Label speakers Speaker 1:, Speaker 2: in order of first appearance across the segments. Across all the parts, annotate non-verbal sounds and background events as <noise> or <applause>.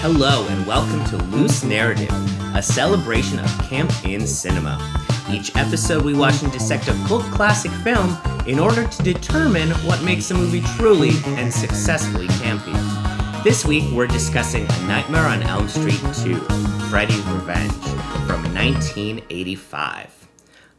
Speaker 1: Hello, and welcome to Loose Narrative, a celebration of camp in cinema. Each episode, we watch and dissect a cult classic film in order to determine what makes a movie truly and successfully campy. This week, we're discussing A Nightmare on Elm Street 2 Freddy's Revenge from 1985.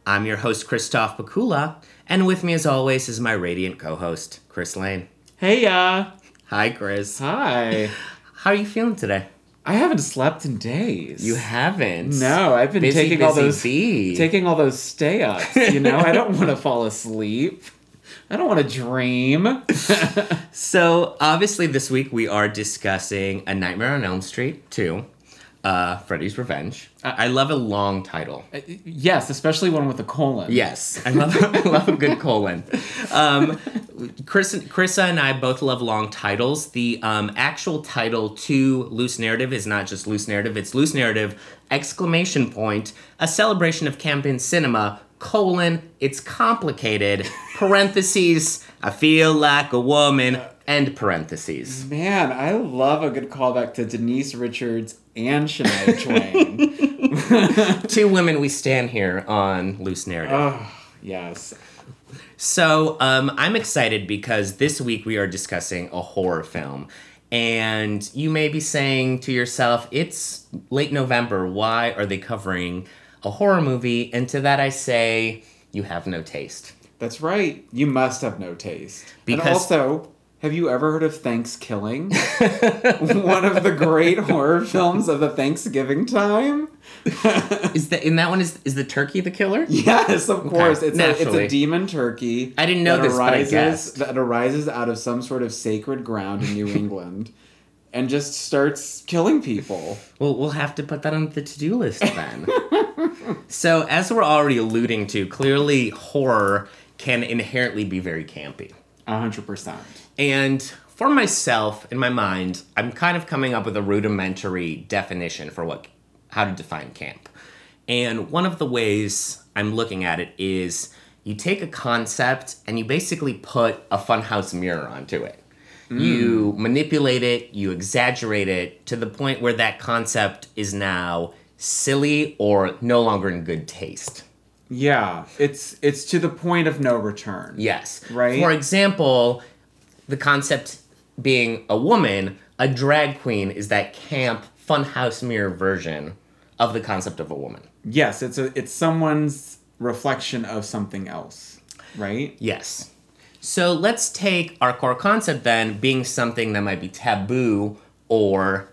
Speaker 1: I'm your host, Christoph Bakula, and with me, as always, is my radiant co host, Chris Lane.
Speaker 2: Hey, uh,
Speaker 1: Hi, Chris.
Speaker 2: hi.
Speaker 1: How are you feeling today?
Speaker 2: I haven't slept in days.
Speaker 1: You haven't.
Speaker 2: No, I've been
Speaker 1: Busy,
Speaker 2: taking all
Speaker 1: busy
Speaker 2: those
Speaker 1: bee.
Speaker 2: taking all those stay ups. You know, I don't want to fall asleep. I don't want to dream. Uh,
Speaker 1: so obviously, this week we are discussing A Nightmare on Elm Street 2, uh, Freddy's Revenge. I-, I love a long title.
Speaker 2: yes, especially one with a colon.
Speaker 1: Yes, I love <laughs> I love a good colon. Um, Chris, Krissa and I both love long titles. The um, actual title to loose narrative is not just loose narrative; it's loose narrative exclamation point a celebration of camp in cinema colon it's complicated <laughs> parentheses I feel like a woman end parentheses.
Speaker 2: Man, I love a good callback to Denise Richards and Shania
Speaker 1: <laughs>
Speaker 2: Twain.
Speaker 1: Two women we stand here on loose narrative.
Speaker 2: oh, yes.
Speaker 1: So um, I'm excited because this week we are discussing a horror film. And you may be saying to yourself, it's late November. Why are they covering a horror movie? And to that I say, you have no taste.
Speaker 2: That's right. You must have no taste. and
Speaker 1: Because-
Speaker 2: also, have you ever heard of Thanksgiving? <laughs> one of the great horror films of the Thanksgiving time?
Speaker 1: Is that in that one is is the turkey the killer?
Speaker 2: <laughs> Yes, of course. It's a, it's
Speaker 1: naturally.
Speaker 2: a demon turkey.
Speaker 1: I didn't know
Speaker 2: that
Speaker 1: this, but I
Speaker 2: arises,
Speaker 1: guessed.
Speaker 2: That arises out of some sort of sacred ground
Speaker 1: <laughs>
Speaker 2: in New England, and just starts killing people.
Speaker 1: Well, we'll have to put that on the to do list then. <laughs> so, as we're already alluding to, clearly horror can inherently be very campy.
Speaker 2: A hundred percent.
Speaker 1: And for myself, in my mind, I'm kind of coming up with a rudimentary definition for what how to define camp. And one of the ways I'm looking at it is you take a concept and you basically put a funhouse mirror onto it. You manipulate it, you exaggerate it to the point where that concept is now silly or no longer in good taste.
Speaker 2: Yeah, it's it's to the point of no return.
Speaker 1: Yes.
Speaker 2: Right?
Speaker 1: For example, the concept being a woman, a drag queen is that camp funhouse mirror version of the concept of a woman.
Speaker 2: Yes, it's a it's someone's reflection of something else, right?
Speaker 1: Yes. So let's take our core concept then being something that might be taboo or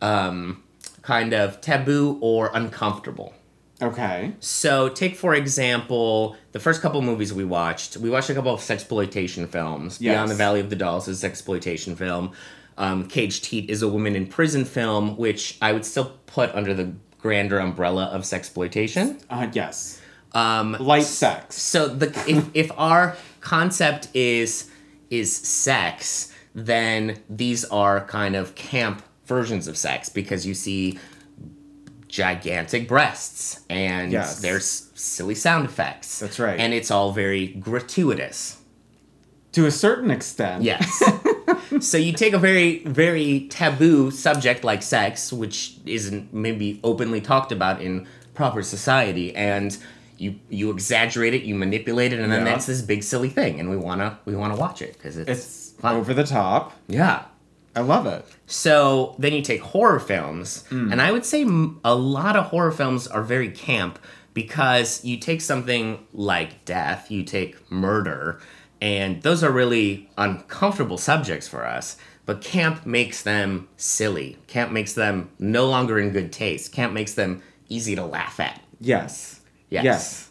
Speaker 1: um, kind of taboo or uncomfortable.
Speaker 2: Okay.
Speaker 1: So take for example the first couple movies we watched. We watched a couple of sexploitation films. Beyond
Speaker 2: Yes.
Speaker 1: the Valley of the Dolls is exploitation film. Um, Caged Heat is a woman in prison film, which I would still put under the grander umbrella of sexploitation.
Speaker 2: Uh, yes.
Speaker 1: Um,
Speaker 2: Light sex.
Speaker 1: so the if, if our concept is is sex, then these are kind of camp versions of sex because you see gigantic breasts and
Speaker 2: Yes.
Speaker 1: there's silly sound effects.
Speaker 2: That's right.
Speaker 1: And it's all very gratuitous.
Speaker 2: To a certain extent.
Speaker 1: Yes.
Speaker 2: <laughs>
Speaker 1: so you take a very very taboo subject like sex, which isn't maybe openly talked about in proper society, and you you exaggerate it, you manipulate it, and then
Speaker 2: Yeah.
Speaker 1: that's this big silly thing, and we wanna we wanna watch it because it's,
Speaker 2: It's
Speaker 1: fun.
Speaker 2: over the top.
Speaker 1: Yeah.
Speaker 2: I love it.
Speaker 1: So then you take horror films, and I would say m- a lot of horror films are very camp because you take something like death, you take murder, and those are really uncomfortable subjects for us. But camp makes them silly. Camp makes them no longer in good taste. Camp makes them easy to laugh at.
Speaker 2: Yes.
Speaker 1: Yes.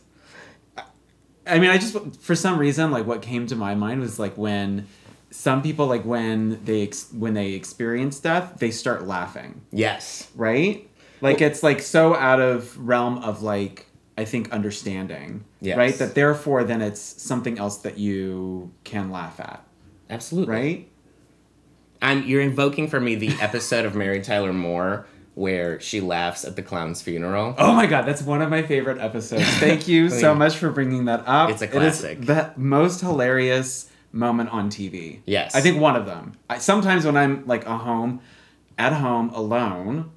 Speaker 2: I mean, I just for some reason like what came to my mind was like when some people like when they ex- when they experience death, they start laughing,
Speaker 1: Yes.
Speaker 2: right? Like it's like so out of realm of like I think understanding,
Speaker 1: Yes.
Speaker 2: right? That therefore then it's something else that you can laugh at,
Speaker 1: Absolutely.
Speaker 2: right?
Speaker 1: I'm, you're invoking for me the episode of Mary Tyler Moore where she laughs at the clown's funeral.
Speaker 2: Oh my god, that's one of my favorite episodes.
Speaker 1: <laughs>
Speaker 2: Thank you so
Speaker 1: mean,
Speaker 2: much for bringing that up.
Speaker 1: it's a
Speaker 2: It is
Speaker 1: classic.
Speaker 2: the most hilarious moment on TV.
Speaker 1: Yes.
Speaker 2: I think one of them. I, sometimes when I'm like a home at home alone,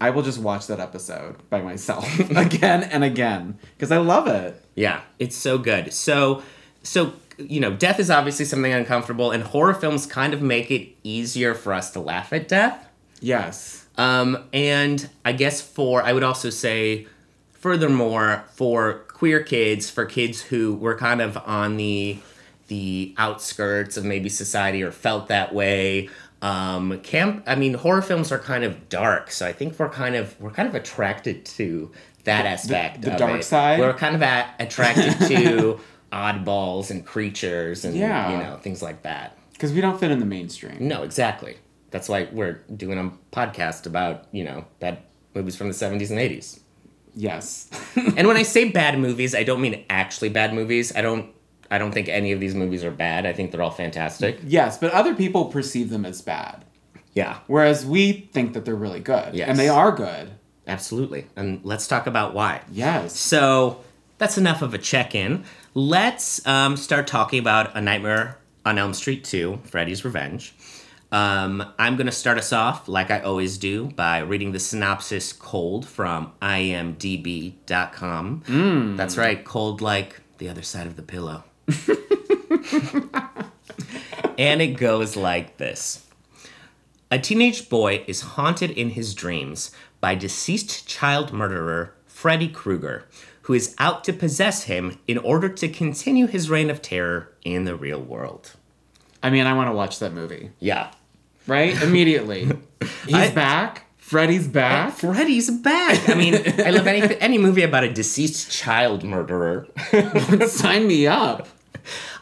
Speaker 2: I will just watch that episode by
Speaker 1: <laughs>
Speaker 2: myself <laughs> again and again because I love it.
Speaker 1: Yeah, it's so good. So, so you know, death is obviously something uncomfortable, and horror films kind of make it easier for us to laugh at death.
Speaker 2: Yes.
Speaker 1: Um, and I guess for I would also say, furthermore, for queer kids, for kids who were kind of on the the outskirts of maybe society or felt that way. Um, camp. I mean, horror films are kind of dark, so I think we're kind of we're kind of attracted to that aspect.
Speaker 2: the
Speaker 1: of
Speaker 2: dark
Speaker 1: it.
Speaker 2: side?
Speaker 1: We're kind of at, attracted
Speaker 2: <laughs>
Speaker 1: to oddballs and creatures and
Speaker 2: Yeah.
Speaker 1: you know things like that.
Speaker 2: Because we don't fit in the mainstream.
Speaker 1: No, exactly. That's why we're doing a podcast about, you know, bad movies from the 70s and 80s. <laughs>
Speaker 2: Yes.
Speaker 1: and when I say bad movies, I don't mean actually bad movies. I don't I don't think any of these movies are bad. I think they're all fantastic.
Speaker 2: yes, but other people perceive them as bad,
Speaker 1: Yeah,
Speaker 2: whereas we think that they're really good.
Speaker 1: Yes.
Speaker 2: And they are good.
Speaker 1: absolutely. And let's talk about why.
Speaker 2: Yes.
Speaker 1: So, that's enough of a check-in. Let's um, start talking about A Nightmare on Elm Street 2, Freddy's Revenge. Um, I'm going to start us off, like I always do, by reading the synopsis cold from imdb.com. That's right, cold like the other side of the pillow. and it goes like this A teenage boy is haunted in his dreams by deceased child murderer Freddy Krueger, who is out to possess him in order to continue his reign of terror in the real world.
Speaker 2: I mean, I want to watch that movie,
Speaker 1: Yeah.
Speaker 2: right?
Speaker 1: <laughs>
Speaker 2: Immediately. He's
Speaker 1: I-
Speaker 2: back. Freddy's back.
Speaker 1: <laughs> Freddy's back. I mean, I love any <laughs> any movie about a deceased child murderer.
Speaker 2: <laughs> Sign me up.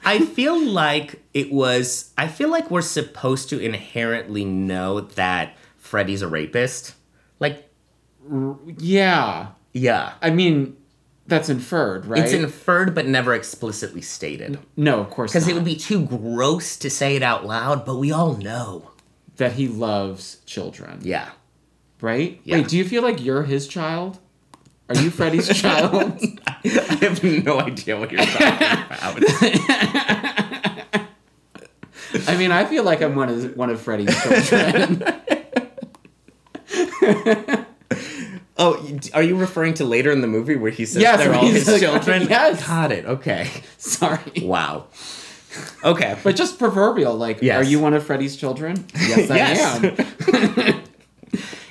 Speaker 1: I feel like it was. I feel like we're supposed to inherently know that Freddy's a rapist. Like,
Speaker 2: Yeah.
Speaker 1: yeah,
Speaker 2: I mean, that's inferred, right?
Speaker 1: it's inferred but never explicitly stated
Speaker 2: no, of course
Speaker 1: because
Speaker 2: not.
Speaker 1: it would be too gross to say it out loud. But we all know.
Speaker 2: that he loves children,
Speaker 1: Yeah. <laughs>
Speaker 2: right?
Speaker 1: Yeah.
Speaker 2: Wait, do you feel like you're his child? Are you
Speaker 1: <laughs>
Speaker 2: Freddy's child?
Speaker 1: I have no idea what you're talking <laughs> about.
Speaker 2: I mean, I feel like I'm one of one of Freddy's
Speaker 1: <laughs>
Speaker 2: children.
Speaker 1: Oh, you- are you referring to later in the movie where he says
Speaker 2: Yes,
Speaker 1: they're
Speaker 2: where
Speaker 1: all
Speaker 2: he's
Speaker 1: his
Speaker 2: like-
Speaker 1: children?
Speaker 2: <laughs> Yes.
Speaker 1: Got it. Okay.
Speaker 2: Sorry,
Speaker 1: Wow. Okay.
Speaker 2: but just proverbial. Like,
Speaker 1: Yes.
Speaker 2: are you one of Freddy's children? Yes, I
Speaker 1: Yes.
Speaker 2: am.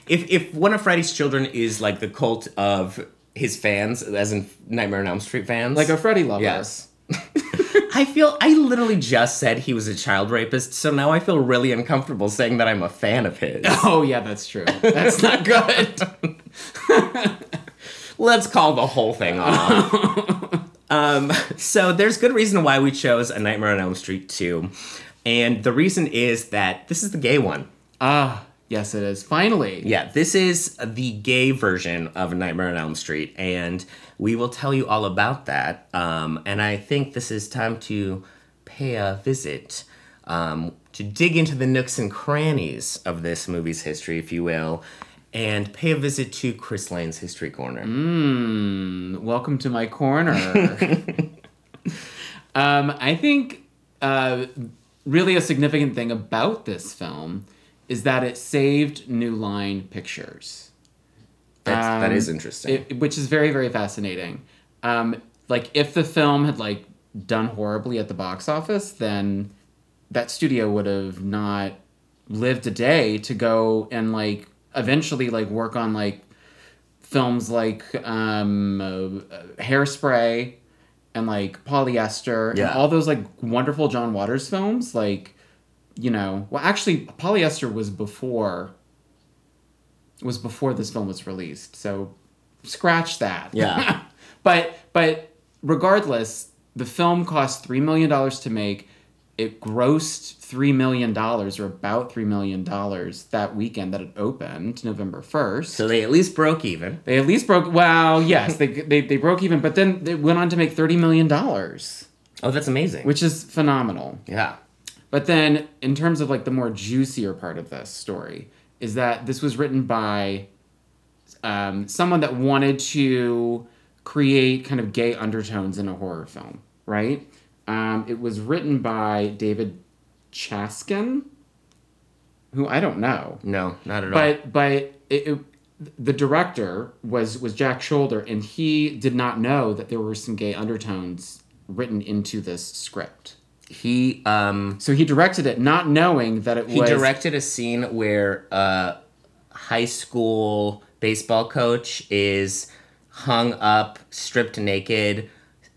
Speaker 1: if if one of Freddy's children is like the cult of his fans, as in Nightmare on Elm Street fans,
Speaker 2: Like a Freddy lover.
Speaker 1: yes. <laughs> I feel I literally just said he was a child rapist, so now I feel really uncomfortable saying that I'm a fan of his.
Speaker 2: Oh yeah, that's true. <laughs> That's not good.
Speaker 1: Let's call the whole thing off. um, so there's good reason why we chose A Nightmare on Elm Street 2. And the reason is that this is the gay one.
Speaker 2: Ah, yes, it is. Finally.
Speaker 1: Yeah, this is the gay version of Nightmare on Elm Street, and we will tell you all about that. Um, and I think this is time to pay a visit um, to dig into the nooks and crannies of this movie's history, if you will, and pay a visit to Chris Lane's History Corner.
Speaker 2: Mm, Welcome to my corner. um, I think uh, really a significant thing about this film is that it saved New Line Pictures,
Speaker 1: That's, that
Speaker 2: Um,
Speaker 1: is interesting.
Speaker 2: it, which is very very fascinating. Um, like if the film had like done horribly at the box office, then that studio would have not lived a day to go and like eventually like work on like films like um, uh, uh, Hairspray and like Polyester
Speaker 1: Yeah.
Speaker 2: and all those like wonderful John Waters films. Like, you know, well, actually, Polyester was before was before this film was released, so scratch that.
Speaker 1: Yeah.
Speaker 2: <laughs> but but regardless, the film cost three million dollars to make. It grossed three million dollars, or about three million dollars, that weekend that it opened, November first.
Speaker 1: so they at least broke even.
Speaker 2: They at least broke. Well, yes, they, they they broke even, but then they went on to make thirty million dollars,
Speaker 1: Oh, that's amazing.
Speaker 2: which is phenomenal.
Speaker 1: yeah.
Speaker 2: But then, in terms of like the more juicier part of this story, is that this was written by um, someone that wanted to create kind of gay undertones in a horror film, right? Um, it was written by David Chaskin. who I don't know.
Speaker 1: No, not at all.
Speaker 2: But but it, it, the director was was Jack Shoulder, and he did not know that there were some gay undertones written into this script.
Speaker 1: He um
Speaker 2: So he directed it, not knowing that it
Speaker 1: he
Speaker 2: was
Speaker 1: directed a scene where a high school baseball coach is hung up, stripped naked,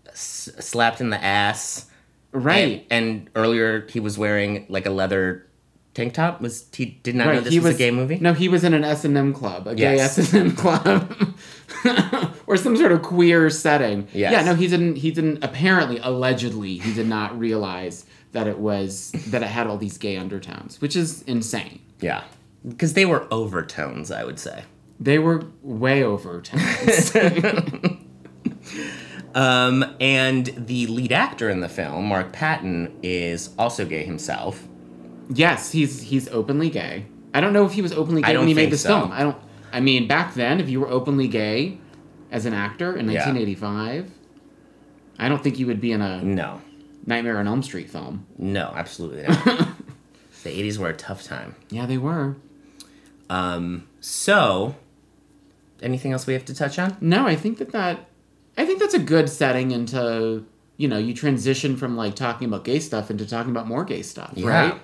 Speaker 1: s- slapped in the ass.
Speaker 2: right.
Speaker 1: And, and earlier he was wearing like a leather tank top. Was he did not know
Speaker 2: Right,
Speaker 1: this was, a gay movie?
Speaker 2: No, he was in an S and M club, a gay
Speaker 1: Yes.
Speaker 2: S and M <laughs> club, or some sort of queer setting.
Speaker 1: Yes.
Speaker 2: Yeah, no, he didn't. He didn't. Apparently, allegedly, he did not realize that it was that it had all these gay undertones, which is insane.
Speaker 1: Yeah. Because they were overtones, I would say.
Speaker 2: They were way over tones.
Speaker 1: Um, and the lead actor in the film, Mark Patton, is also gay himself.
Speaker 2: yes, he's he's openly gay. I don't know if he was openly gay
Speaker 1: I don't
Speaker 2: when he
Speaker 1: think
Speaker 2: made this
Speaker 1: so.
Speaker 2: film. I don't. I mean, back then, if you were openly gay as an actor in 1985, I don't think you would be in a
Speaker 1: No,
Speaker 2: Nightmare on Elm Street film.
Speaker 1: no, absolutely not. the 80s were a tough time.
Speaker 2: Yeah, they were.
Speaker 1: Um, so, anything else we have to touch on?
Speaker 2: No, I think that that I think that's a good setting into you know you transition from like talking about gay stuff into talking about more gay stuff,
Speaker 1: Yeah.
Speaker 2: right?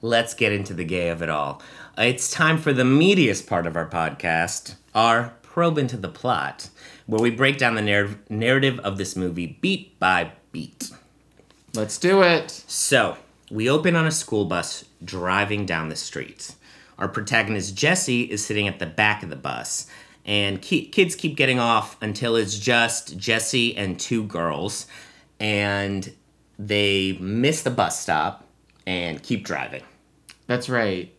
Speaker 1: Let's get into the gay of it all. It's time for the meatiest part of our podcast, our probe into the plot, where we break down the narr- narrative of this movie beat by beat.
Speaker 2: Let's do it.
Speaker 1: So, we open on a school bus driving down the street. Our protagonist Jesse is sitting at the back of the bus, and ki- kids keep getting off until it's just Jesse and two girls, and they miss the bus stop and keep driving.
Speaker 2: That's right.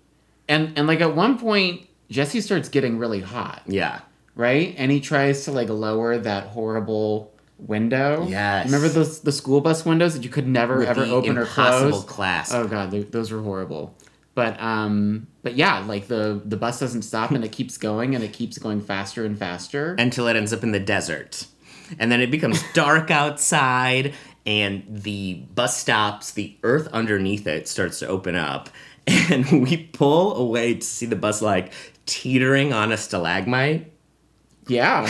Speaker 2: And and like at one point Jesse starts getting really hot,
Speaker 1: Yeah.
Speaker 2: right? And he tries to like lower that horrible window.
Speaker 1: Yes.
Speaker 2: Remember those the school bus windows that you could never ever
Speaker 1: the
Speaker 2: open or
Speaker 1: impossible
Speaker 2: close?
Speaker 1: clasp.
Speaker 2: Oh god, th those were horrible. But um, but yeah, like the the bus doesn't stop and it keeps going and it keeps going faster and faster.
Speaker 1: until it ends up in the desert. And then it <laughs> becomes dark outside, and the bus stops, the earth underneath it starts to open up, <laughs> and we pull away to see the bus like teetering on a stalagmite. <laughs>
Speaker 2: yeah.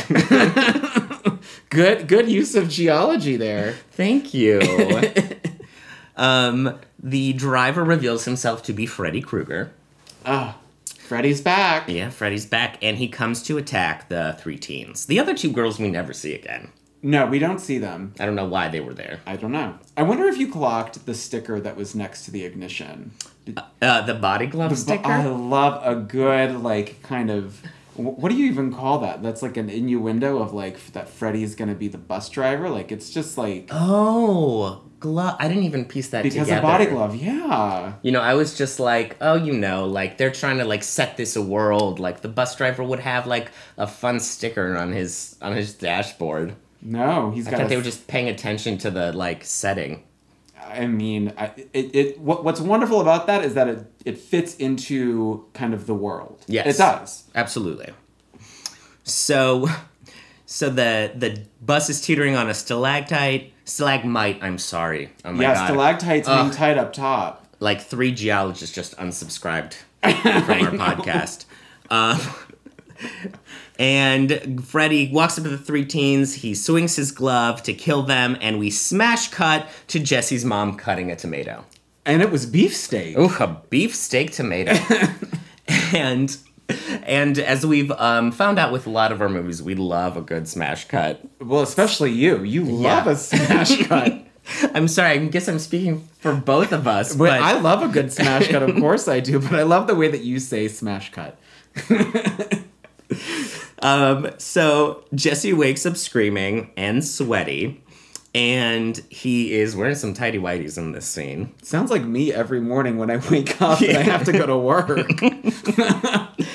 Speaker 2: good good use of geology there.
Speaker 1: Thank <laughs> you. um, the driver reveals himself to be Freddy Krueger.
Speaker 2: Ah, Freddy's back.
Speaker 1: Yeah, Freddy's back, and he comes to attack the three teens. The other two girls we never see again.
Speaker 2: No, we don't see them.
Speaker 1: I don't know why they were there.
Speaker 2: I don't know. I wonder if you clocked the sticker that was next to the ignition.
Speaker 1: Uh, the body glove sticker.
Speaker 3: But I love a good like kind of wh- what do you even call that? That's like an innuendo of like f- that Freddy's gonna be the bus driver. Like it's just like
Speaker 1: Oh, glove. I didn't even piece that
Speaker 3: because
Speaker 1: together.
Speaker 3: a body glove, yeah.
Speaker 1: You know, I was just like, oh, you know, like they're trying to like set this a world. Like the bus driver would have like a fun sticker on his on his dashboard.
Speaker 3: No, he's
Speaker 1: I
Speaker 3: got.
Speaker 1: thought
Speaker 3: I,
Speaker 1: they were just paying attention to the like setting.
Speaker 3: I mean, I, it, it. What What's wonderful about that is that it it fits into kind of the world.
Speaker 1: Yes.
Speaker 3: it does.
Speaker 1: Absolutely. So, so the the bus is teetering on a stalactite, stalagmite. I'm sorry. Oh my
Speaker 3: yeah,
Speaker 1: god.
Speaker 3: stalactites hang tight up top.
Speaker 1: like three geologists just <laughs> unsubscribed from our podcast. Um, and Freddy walks up to the three teens. He swings his glove to kill them, and we smash cut to Jesse's mom cutting a tomato.
Speaker 3: And it was beefsteak.
Speaker 1: Ooh, a beefsteak tomato. <laughs> and and as we've um, found out with a lot of our movies, we love a good smash cut.
Speaker 3: Well, especially you. You love a
Speaker 1: <laughs>
Speaker 3: smash cut.
Speaker 1: I'm sorry. I guess I'm speaking for both of us.
Speaker 3: But
Speaker 1: but
Speaker 3: I love a good smash cut,
Speaker 1: <laughs>
Speaker 3: of course I do, but I love the way that you say smash cut.
Speaker 1: Um, so Jesse wakes up screaming and sweaty, and he is wearing some tidy whities in this scene.
Speaker 3: Sounds like me every morning
Speaker 2: <laughs>
Speaker 3: when I wake up and I have to go to work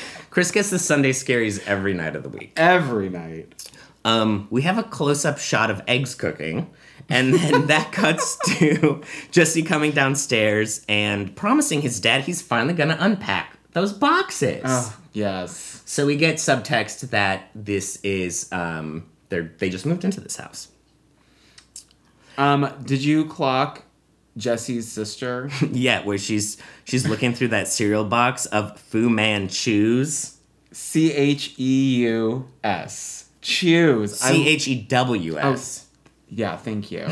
Speaker 1: <laughs> Chris gets the Sunday scaries every night of the week.
Speaker 3: every night.
Speaker 1: Um, we have a close up shot of eggs cooking, and then that cuts to Jesse coming downstairs and promising his dad he's finally gonna unpack those boxes.
Speaker 2: Oh.
Speaker 3: Yes.
Speaker 1: So we get subtext that this is um, they're they just moved into this house.
Speaker 3: Um, did you clock
Speaker 2: Jesse's sister. <laughs>
Speaker 1: yeah, where she's she's looking through that cereal box of Fu Manchus.
Speaker 2: C H E U S. Choose. I-
Speaker 1: C H E W
Speaker 2: Oh,
Speaker 1: S.
Speaker 2: s- yeah, thank you.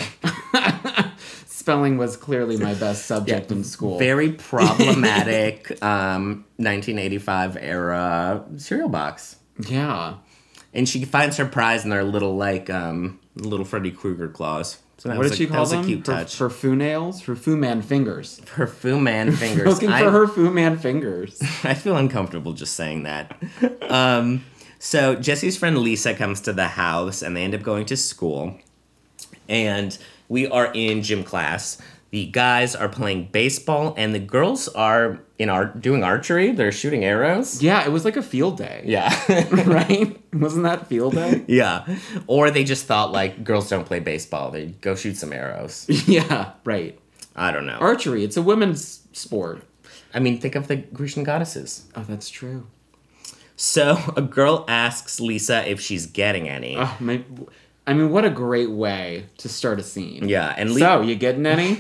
Speaker 2: <laughs> Spelling was clearly
Speaker 1: <laughs>
Speaker 2: my best subject in school.
Speaker 1: Very
Speaker 2: <laughs>
Speaker 1: problematic um, 1985 era cereal box.
Speaker 2: yeah.
Speaker 1: And she finds her prize in their little like um, little Freddy Krueger claws. So that
Speaker 2: What
Speaker 1: was
Speaker 2: did
Speaker 1: a-
Speaker 2: she
Speaker 1: that
Speaker 2: call
Speaker 1: was
Speaker 2: them?
Speaker 1: a cute
Speaker 2: her,
Speaker 1: touch.
Speaker 2: her foo nails? Her foo man fingers.
Speaker 1: Her Fu
Speaker 2: <laughs>
Speaker 1: Man fingers.
Speaker 2: Looking
Speaker 1: I-
Speaker 2: for her foo man fingers.
Speaker 1: <laughs> I feel uncomfortable just saying that. Um, so Jesse's friend Lisa comes to the house and they end up going to school. And we are in gym class. The guys are playing baseball and the girls are in ar- doing archery. They're shooting arrows.
Speaker 2: Yeah, it was like a field day,
Speaker 1: Yeah.
Speaker 2: <laughs>
Speaker 1: <laughs>
Speaker 2: right? Wasn't that field day?
Speaker 1: yeah. Or they just thought like girls don't play baseball. They go shoot some arrows.
Speaker 2: yeah, <laughs> right.
Speaker 1: I don't know.
Speaker 2: Archery, it's a women's sport.
Speaker 1: I mean, think of the Grecian goddesses.
Speaker 2: Oh, that's true.
Speaker 1: So a girl asks Lisa if she's getting any.
Speaker 2: Oh, my, I mean, what a great way to start a scene.
Speaker 1: yeah, and Lisa.
Speaker 2: So, you
Speaker 1: <laughs>
Speaker 2: getting any?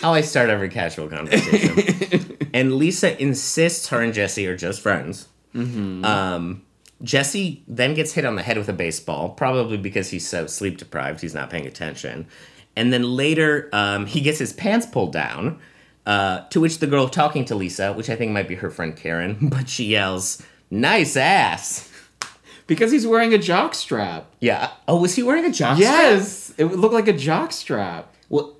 Speaker 1: how I start every casual conversation. and Lisa insists her and Jesse are just friends. Um, Jesse then gets hit on the head with a baseball, probably because he's so sleep deprived, he's not paying attention. And then later, um, he gets his pants pulled down, uh, to which the girl talking to Lisa, which I think might be her friend Karen, <laughs> but she yells, Nice ass!
Speaker 2: because he's wearing a jock strap.
Speaker 1: Yeah. Oh, was he wearing a jockstrap?
Speaker 2: Yes, it would look like a jock strap.
Speaker 1: Well,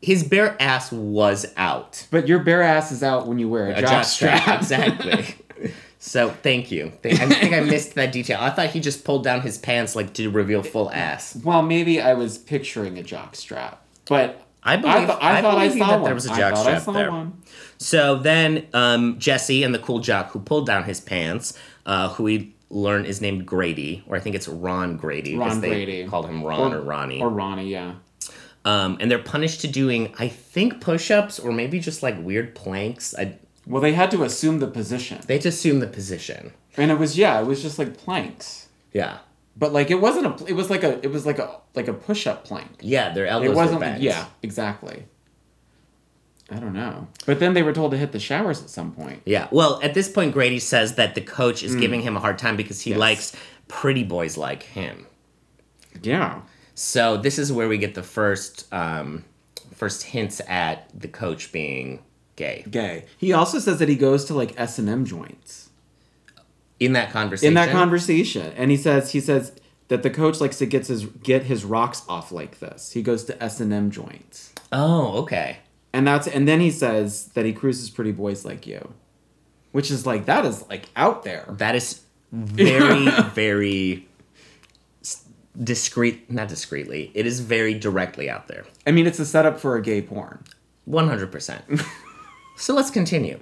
Speaker 1: his bare ass was out.
Speaker 2: But your bare ass is out when you wear a,
Speaker 1: a
Speaker 2: jock,
Speaker 1: jock
Speaker 2: strap. <laughs>
Speaker 1: strap. Exactly. <laughs> so thank you. Th- I think I missed that detail. I thought he just pulled down his pants like to reveal full ass.
Speaker 2: Well, maybe I was picturing a jock strap, but
Speaker 1: I believe I,
Speaker 2: I, th- I thought I
Speaker 1: believe
Speaker 2: saw
Speaker 1: that
Speaker 2: one.
Speaker 1: there was a
Speaker 2: I
Speaker 1: jock
Speaker 2: thought I
Speaker 1: strap
Speaker 2: saw
Speaker 1: there.
Speaker 2: one.
Speaker 1: So then um, Jesse and the cool jock who pulled down his pants, uh, who we learn is named Grady, or I think it's Ron Grady. 'cause
Speaker 2: Ron
Speaker 1: they
Speaker 2: Grady.
Speaker 1: Called him Ron or, Ronnie.
Speaker 2: Or Ronnie, yeah.
Speaker 1: um, and they're punished to doing, I think, push ups or maybe just like weird planks. I,
Speaker 2: Well, they had to assume the position,
Speaker 1: they just assume the position.
Speaker 2: and it was yeah, it was just like planks,
Speaker 1: Yeah.
Speaker 2: but like it wasn't a. It was like a. It was like a like a push up plank.
Speaker 1: Yeah, their elbows
Speaker 2: It wasn't.
Speaker 1: were
Speaker 2: Like,
Speaker 1: bent.
Speaker 2: yeah, exactly. I don't know, but then they were told to hit the showers at some point.
Speaker 1: Yeah. Well, at this point, Grady says that the coach
Speaker 2: Hmm.
Speaker 1: is giving him a hard time because he likes pretty boys like him.
Speaker 2: Yeah,
Speaker 1: So this is where we get the first um, first hints at the coach being gay
Speaker 2: gay. He also says that he goes to like S and M joints.
Speaker 1: in that conversation.
Speaker 2: in that conversation and he says he says that the coach likes to get his get his rocks off like this he goes to s&m joints
Speaker 1: Oh, okay.
Speaker 2: and that's and then he says that he cruises pretty boys like you which is like that is like out there
Speaker 1: That is very
Speaker 2: <laughs>
Speaker 1: very s- discreet, not discreetly. It is very directly out there.
Speaker 2: i mean it's a setup for a gay porn
Speaker 1: One hundred percent. So let's continue.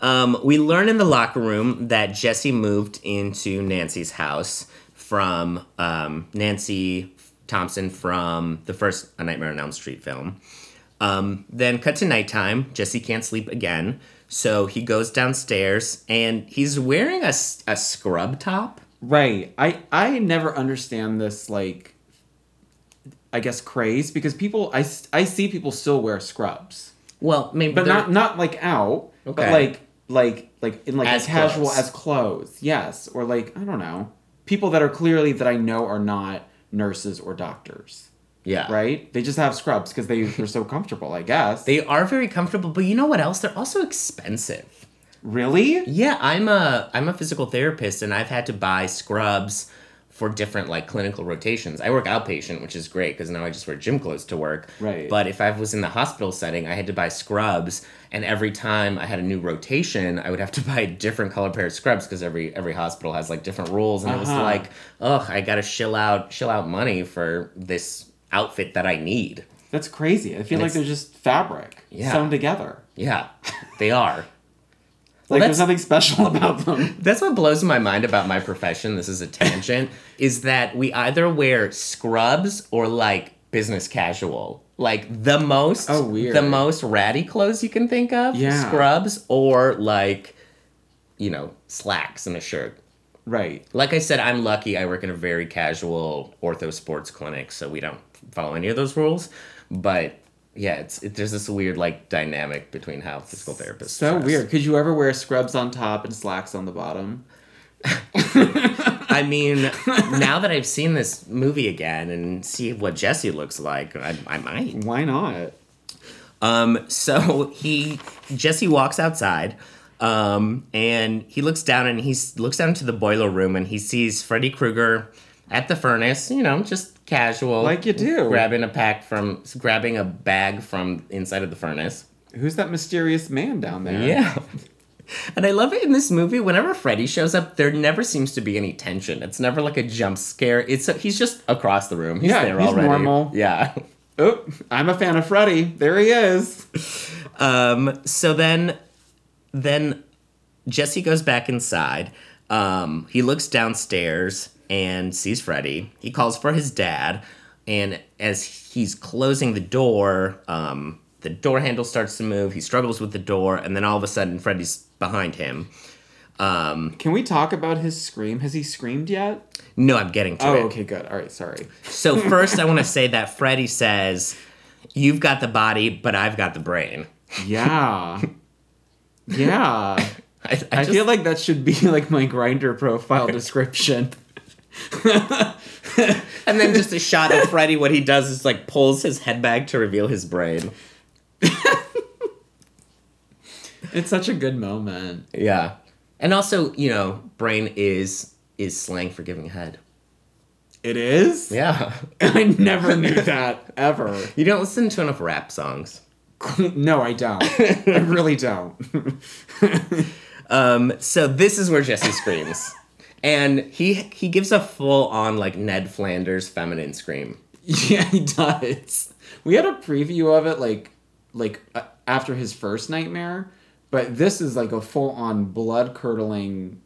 Speaker 1: Um, we learn in the locker room that Jesse moved into Nancy's house from um, Nancy Thompson from the first A Nightmare on Elm Street film. Um, then cut to nighttime. Jesse can't sleep again, so he goes downstairs and he's wearing a, s- a scrub top.
Speaker 2: right i i never understand this like i guess craze because people i s- I see people still wear scrubs
Speaker 1: Well, maybe
Speaker 2: but
Speaker 1: they're-
Speaker 2: not not like out but
Speaker 1: Okay.
Speaker 2: like like like in like
Speaker 1: As
Speaker 2: as casual
Speaker 1: clothes.
Speaker 2: as clothes yes or like i don't know people that are clearly that i know are not nurses or doctors
Speaker 1: yeah,
Speaker 2: right they just have scrubs because they they're so comfortable i guess
Speaker 1: They are very comfortable, but you know what else? They're also expensive.
Speaker 2: really
Speaker 1: Yeah, I'm a I'm a physical therapist and I've had to buy scrubs for different like clinical rotations. I work outpatient, which is great because now I just wear gym clothes to work.
Speaker 2: Right.
Speaker 1: But if I was in the hospital setting, I had to buy scrubs, and every time I had a new rotation, I would have to <laughs> buy a different color pair of scrubs because every every hospital has like different rules, and it was
Speaker 2: Uh-huh.
Speaker 1: like, ugh, I gotta shill out shill out money for this outfit that I need.
Speaker 2: that's crazy i feel
Speaker 1: And
Speaker 2: like they're just fabric
Speaker 1: Yeah.
Speaker 2: sewn together
Speaker 1: Yeah, they are.
Speaker 2: like
Speaker 1: that's-
Speaker 2: there's nothing special <laughs> about them
Speaker 1: That's what blows my mind about my profession. This is a
Speaker 2: <laughs>
Speaker 1: tangent. is that we either wear scrubs or like business casual, like the most,
Speaker 2: Oh, weird.
Speaker 1: the most ratty clothes you can think of.
Speaker 2: Yeah.
Speaker 1: scrubs or like, you know, slacks and a shirt.
Speaker 2: right
Speaker 1: Like I said, I'm lucky. I work in a very casual ortho sports clinic, so we don't follow any of those rules. But yeah, it's it, there's this weird like dynamic between how physical therapists.
Speaker 2: So
Speaker 1: dress.
Speaker 2: weird. Could you ever wear scrubs on top and slacks on the bottom?
Speaker 1: I mean, <laughs> now that I've seen this movie again and see what Jesse looks like, I, I might.
Speaker 2: Why not?
Speaker 1: Um, so he Jesse walks outside, um, and he looks down and he s- looks down to the boiler room and he sees Freddy Krueger at the furnace. You know, just casual,
Speaker 2: Like you do.
Speaker 1: grabbing a pack from grabbing a bag from inside of the furnace.
Speaker 2: Who's that mysterious man down there?
Speaker 1: Yeah. And I love it in this movie. Whenever Freddy shows up, there never seems to be any tension. It's never like a jump scare. It's he's just across the room. He's
Speaker 2: Yeah,
Speaker 1: there
Speaker 2: he's
Speaker 1: already.
Speaker 2: normal.
Speaker 1: Yeah. <laughs>
Speaker 2: Oh, I'm a fan of Freddy. There he is.
Speaker 1: Um, so then, then Jesse goes back inside. Um, he looks downstairs and sees Freddy. He calls for his dad, and as he's closing the door, um, the door handle starts to move. He struggles with the door, and then all of a sudden, Freddy's behind him. Um,
Speaker 2: Can we talk about his scream? Has he screamed yet?
Speaker 1: no, I'm getting to
Speaker 2: Oh,
Speaker 1: it.
Speaker 2: okay, good. All right, sorry.
Speaker 1: So first, I want to say that Freddy says, "You've got the body, but I've got the brain."
Speaker 2: <laughs> Yeah. Yeah.
Speaker 1: I, I
Speaker 2: I
Speaker 1: just-
Speaker 2: feel like that should be like my grinder <laughs> profile description.
Speaker 1: And then just a shot of Freddy. What he does is like pulls his head back to reveal his brain.
Speaker 2: It's such a good moment.
Speaker 1: Yeah. And also, you know, brain is is slang for giving head.
Speaker 2: It is?
Speaker 1: Yeah.
Speaker 2: <laughs> I never knew that ever.
Speaker 1: You don't listen to enough rap songs.
Speaker 2: no, I don't. I really don't.
Speaker 1: Um, so this is where Jesse screams. And he he gives a full on like Ned Flanders feminine scream.
Speaker 2: <laughs> Yeah, he does. We had a preview of it like like uh, after his first nightmare, but this is like a full-on blood-curdling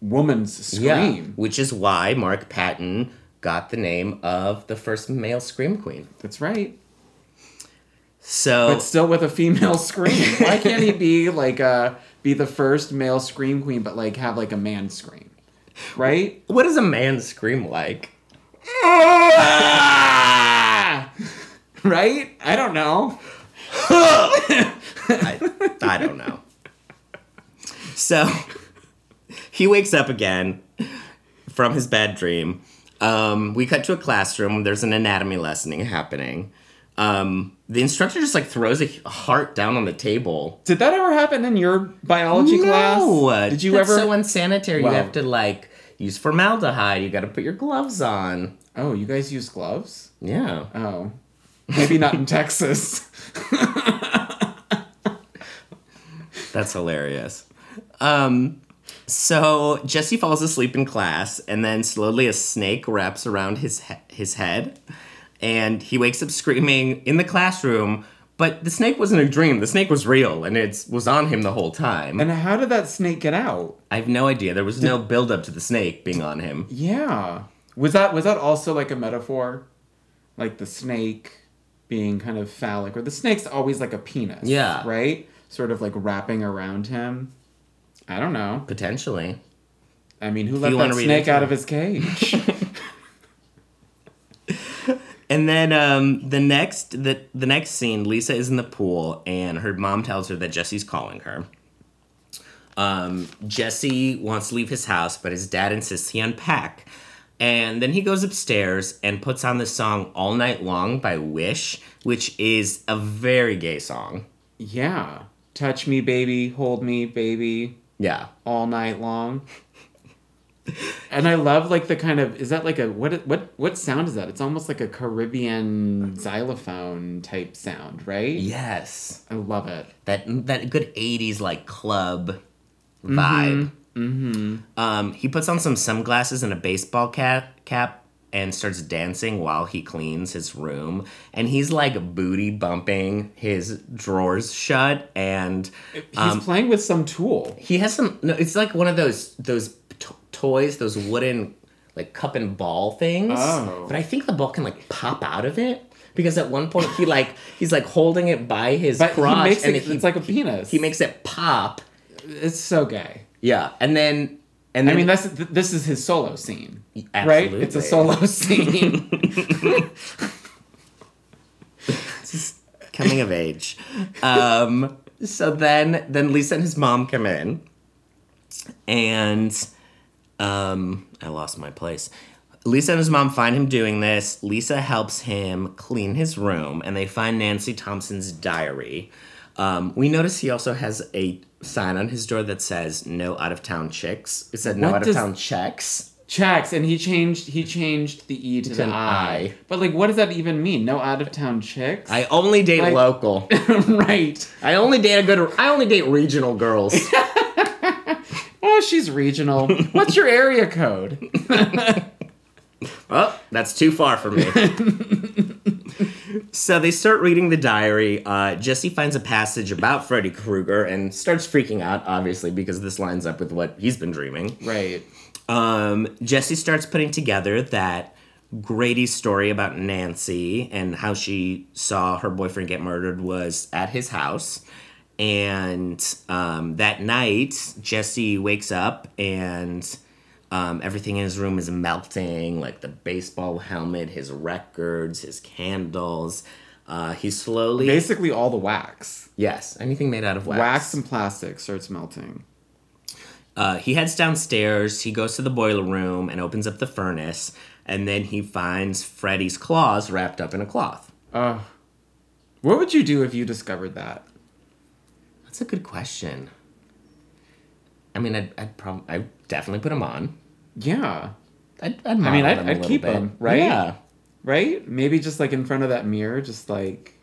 Speaker 2: woman's scream.
Speaker 1: Which is why Mark Patton got the name of the first male scream queen.
Speaker 2: That's right.
Speaker 1: So Oh.
Speaker 2: But still with a female scream. Why can't he be like uh be the first male scream queen but like have like a man scream? Right?
Speaker 1: what does a man scream like?
Speaker 2: Ah! right? I don't know.
Speaker 1: <laughs> I, I don't know. So he wakes up again from his bad dream. Um, we cut to a classroom. There's an anatomy lesson happening. Um, the instructor just like throws a heart down on the table.
Speaker 2: Did that ever happen in your biology
Speaker 1: No,
Speaker 2: class? Did you
Speaker 1: that's
Speaker 2: ever
Speaker 1: So unsanitary.
Speaker 2: Wow.
Speaker 1: You have to like use formaldehyde. You got to put your gloves on.
Speaker 2: Oh, you guys use gloves?
Speaker 1: Yeah.
Speaker 2: Oh. Maybe not in Texas.
Speaker 1: That's hilarious. Um, so Jesse falls asleep in class, and then slowly a snake wraps around his he- his head, and he wakes up screaming in the classroom. But the snake wasn't a dream. The snake was real, and it was on him the whole time.
Speaker 2: And how did that snake get out?
Speaker 1: I have no idea. There was no build up to the snake being on him.
Speaker 2: Yeah. Was that was that also like a metaphor? Like the snake being kind of phallic or the snake's always like a penis.
Speaker 1: Yeah.
Speaker 2: Right? Sort of like wrapping around him. I don't know.
Speaker 1: Potentially,
Speaker 2: I mean, who let
Speaker 1: you
Speaker 2: that
Speaker 1: wanna read
Speaker 2: snake
Speaker 1: it,
Speaker 2: out
Speaker 1: Tom?
Speaker 2: of his cage?
Speaker 1: <laughs> And then um, the next the the next scene, Lisa is in the pool, and her mom tells her that Jesse's calling her. Um, Jesse wants to leave his house, but his dad insists he unpack. And then he goes upstairs and puts on the song "All Night Long" by Wish, which is a very gay song.
Speaker 2: yeah. Touch me baby, hold me baby.
Speaker 1: Yeah,
Speaker 2: all night long. And I love like the kind of is that like a what what what sound is that? It's almost like a Caribbean xylophone type sound, right?
Speaker 1: yes,
Speaker 2: I love it.
Speaker 1: that that good '80s like club
Speaker 2: Mm-hmm.
Speaker 1: vibe. Um, he puts on some sunglasses and a baseball cap, cap and starts dancing while he cleans his room. And he's like booty bumping his drawers shut. And
Speaker 2: He's playing with some tool.
Speaker 1: Um, he has some. No, it's like one of those those to- toys, those wooden like cup and ball things.
Speaker 2: Oh.
Speaker 1: But I think the ball can like pop out of it because at one point he like he's like holding it by his
Speaker 2: But
Speaker 1: crotch
Speaker 2: he makes
Speaker 1: and
Speaker 2: it,
Speaker 1: he,
Speaker 2: it's like a penis.
Speaker 1: he makes it pop.
Speaker 2: it's so gay.
Speaker 1: Yeah, and then and
Speaker 2: I
Speaker 1: then
Speaker 2: mean, that's th- this is his solo scene, right? It's
Speaker 1: <laughs>
Speaker 2: a
Speaker 1: Absolutely.
Speaker 2: solo scene.
Speaker 1: coming of age. <laughs> Um, so then, then Lisa and his mom come in, and um, I lost my place. Lisa and his mom find him doing this. Lisa helps him clean his room, and they find Nancy Thompson's diary. Um, we notice he also has a sign on his door that says "No out of town chicks." It said "No
Speaker 2: What
Speaker 1: out
Speaker 2: does-
Speaker 1: of town checks."
Speaker 2: Checks, and he changed he changed the E to, the
Speaker 1: an
Speaker 2: I.
Speaker 1: I.
Speaker 2: But like, what does that even mean? No out of town chicks. <laughs>
Speaker 1: I only date
Speaker 2: Like-
Speaker 1: local.
Speaker 2: right.
Speaker 1: I only date a good. I only date regional <laughs> girls.
Speaker 2: Oh,
Speaker 1: <laughs>
Speaker 2: she's regional. What's your area code?
Speaker 1: Oh, that's too far for me. so they start reading the diary. Uh, Jesse finds a passage about Freddy Krueger and starts freaking out, obviously, because this lines up with what he's been dreaming.
Speaker 2: Right.
Speaker 1: Um, Jesse starts putting together that Grady's story about Nancy and how she saw her boyfriend get murdered was at his house. And um, that night, Jesse wakes up and um, everything in his room is melting like the baseball helmet, his records, his candles. Uh, he slowly.
Speaker 2: Basically, all the wax,
Speaker 1: yes, anything made out of wax.
Speaker 2: wax and plastic starts melting.
Speaker 1: Uh, he heads downstairs, he goes to the boiler room and opens up the furnace, and then he finds Freddy's claws wrapped up in a cloth.
Speaker 2: Oh, what would you do if you discovered that?
Speaker 1: That's a good question. I mean, I'd, I'd probably, I'd definitely put him on.
Speaker 2: Yeah.
Speaker 1: I'd, I'd model
Speaker 2: mean, I'd-
Speaker 1: him a
Speaker 2: I'd
Speaker 1: little
Speaker 2: keep
Speaker 1: bit.
Speaker 2: him, right?
Speaker 1: Yeah.
Speaker 2: Right? Maybe just like in front of that mirror, just like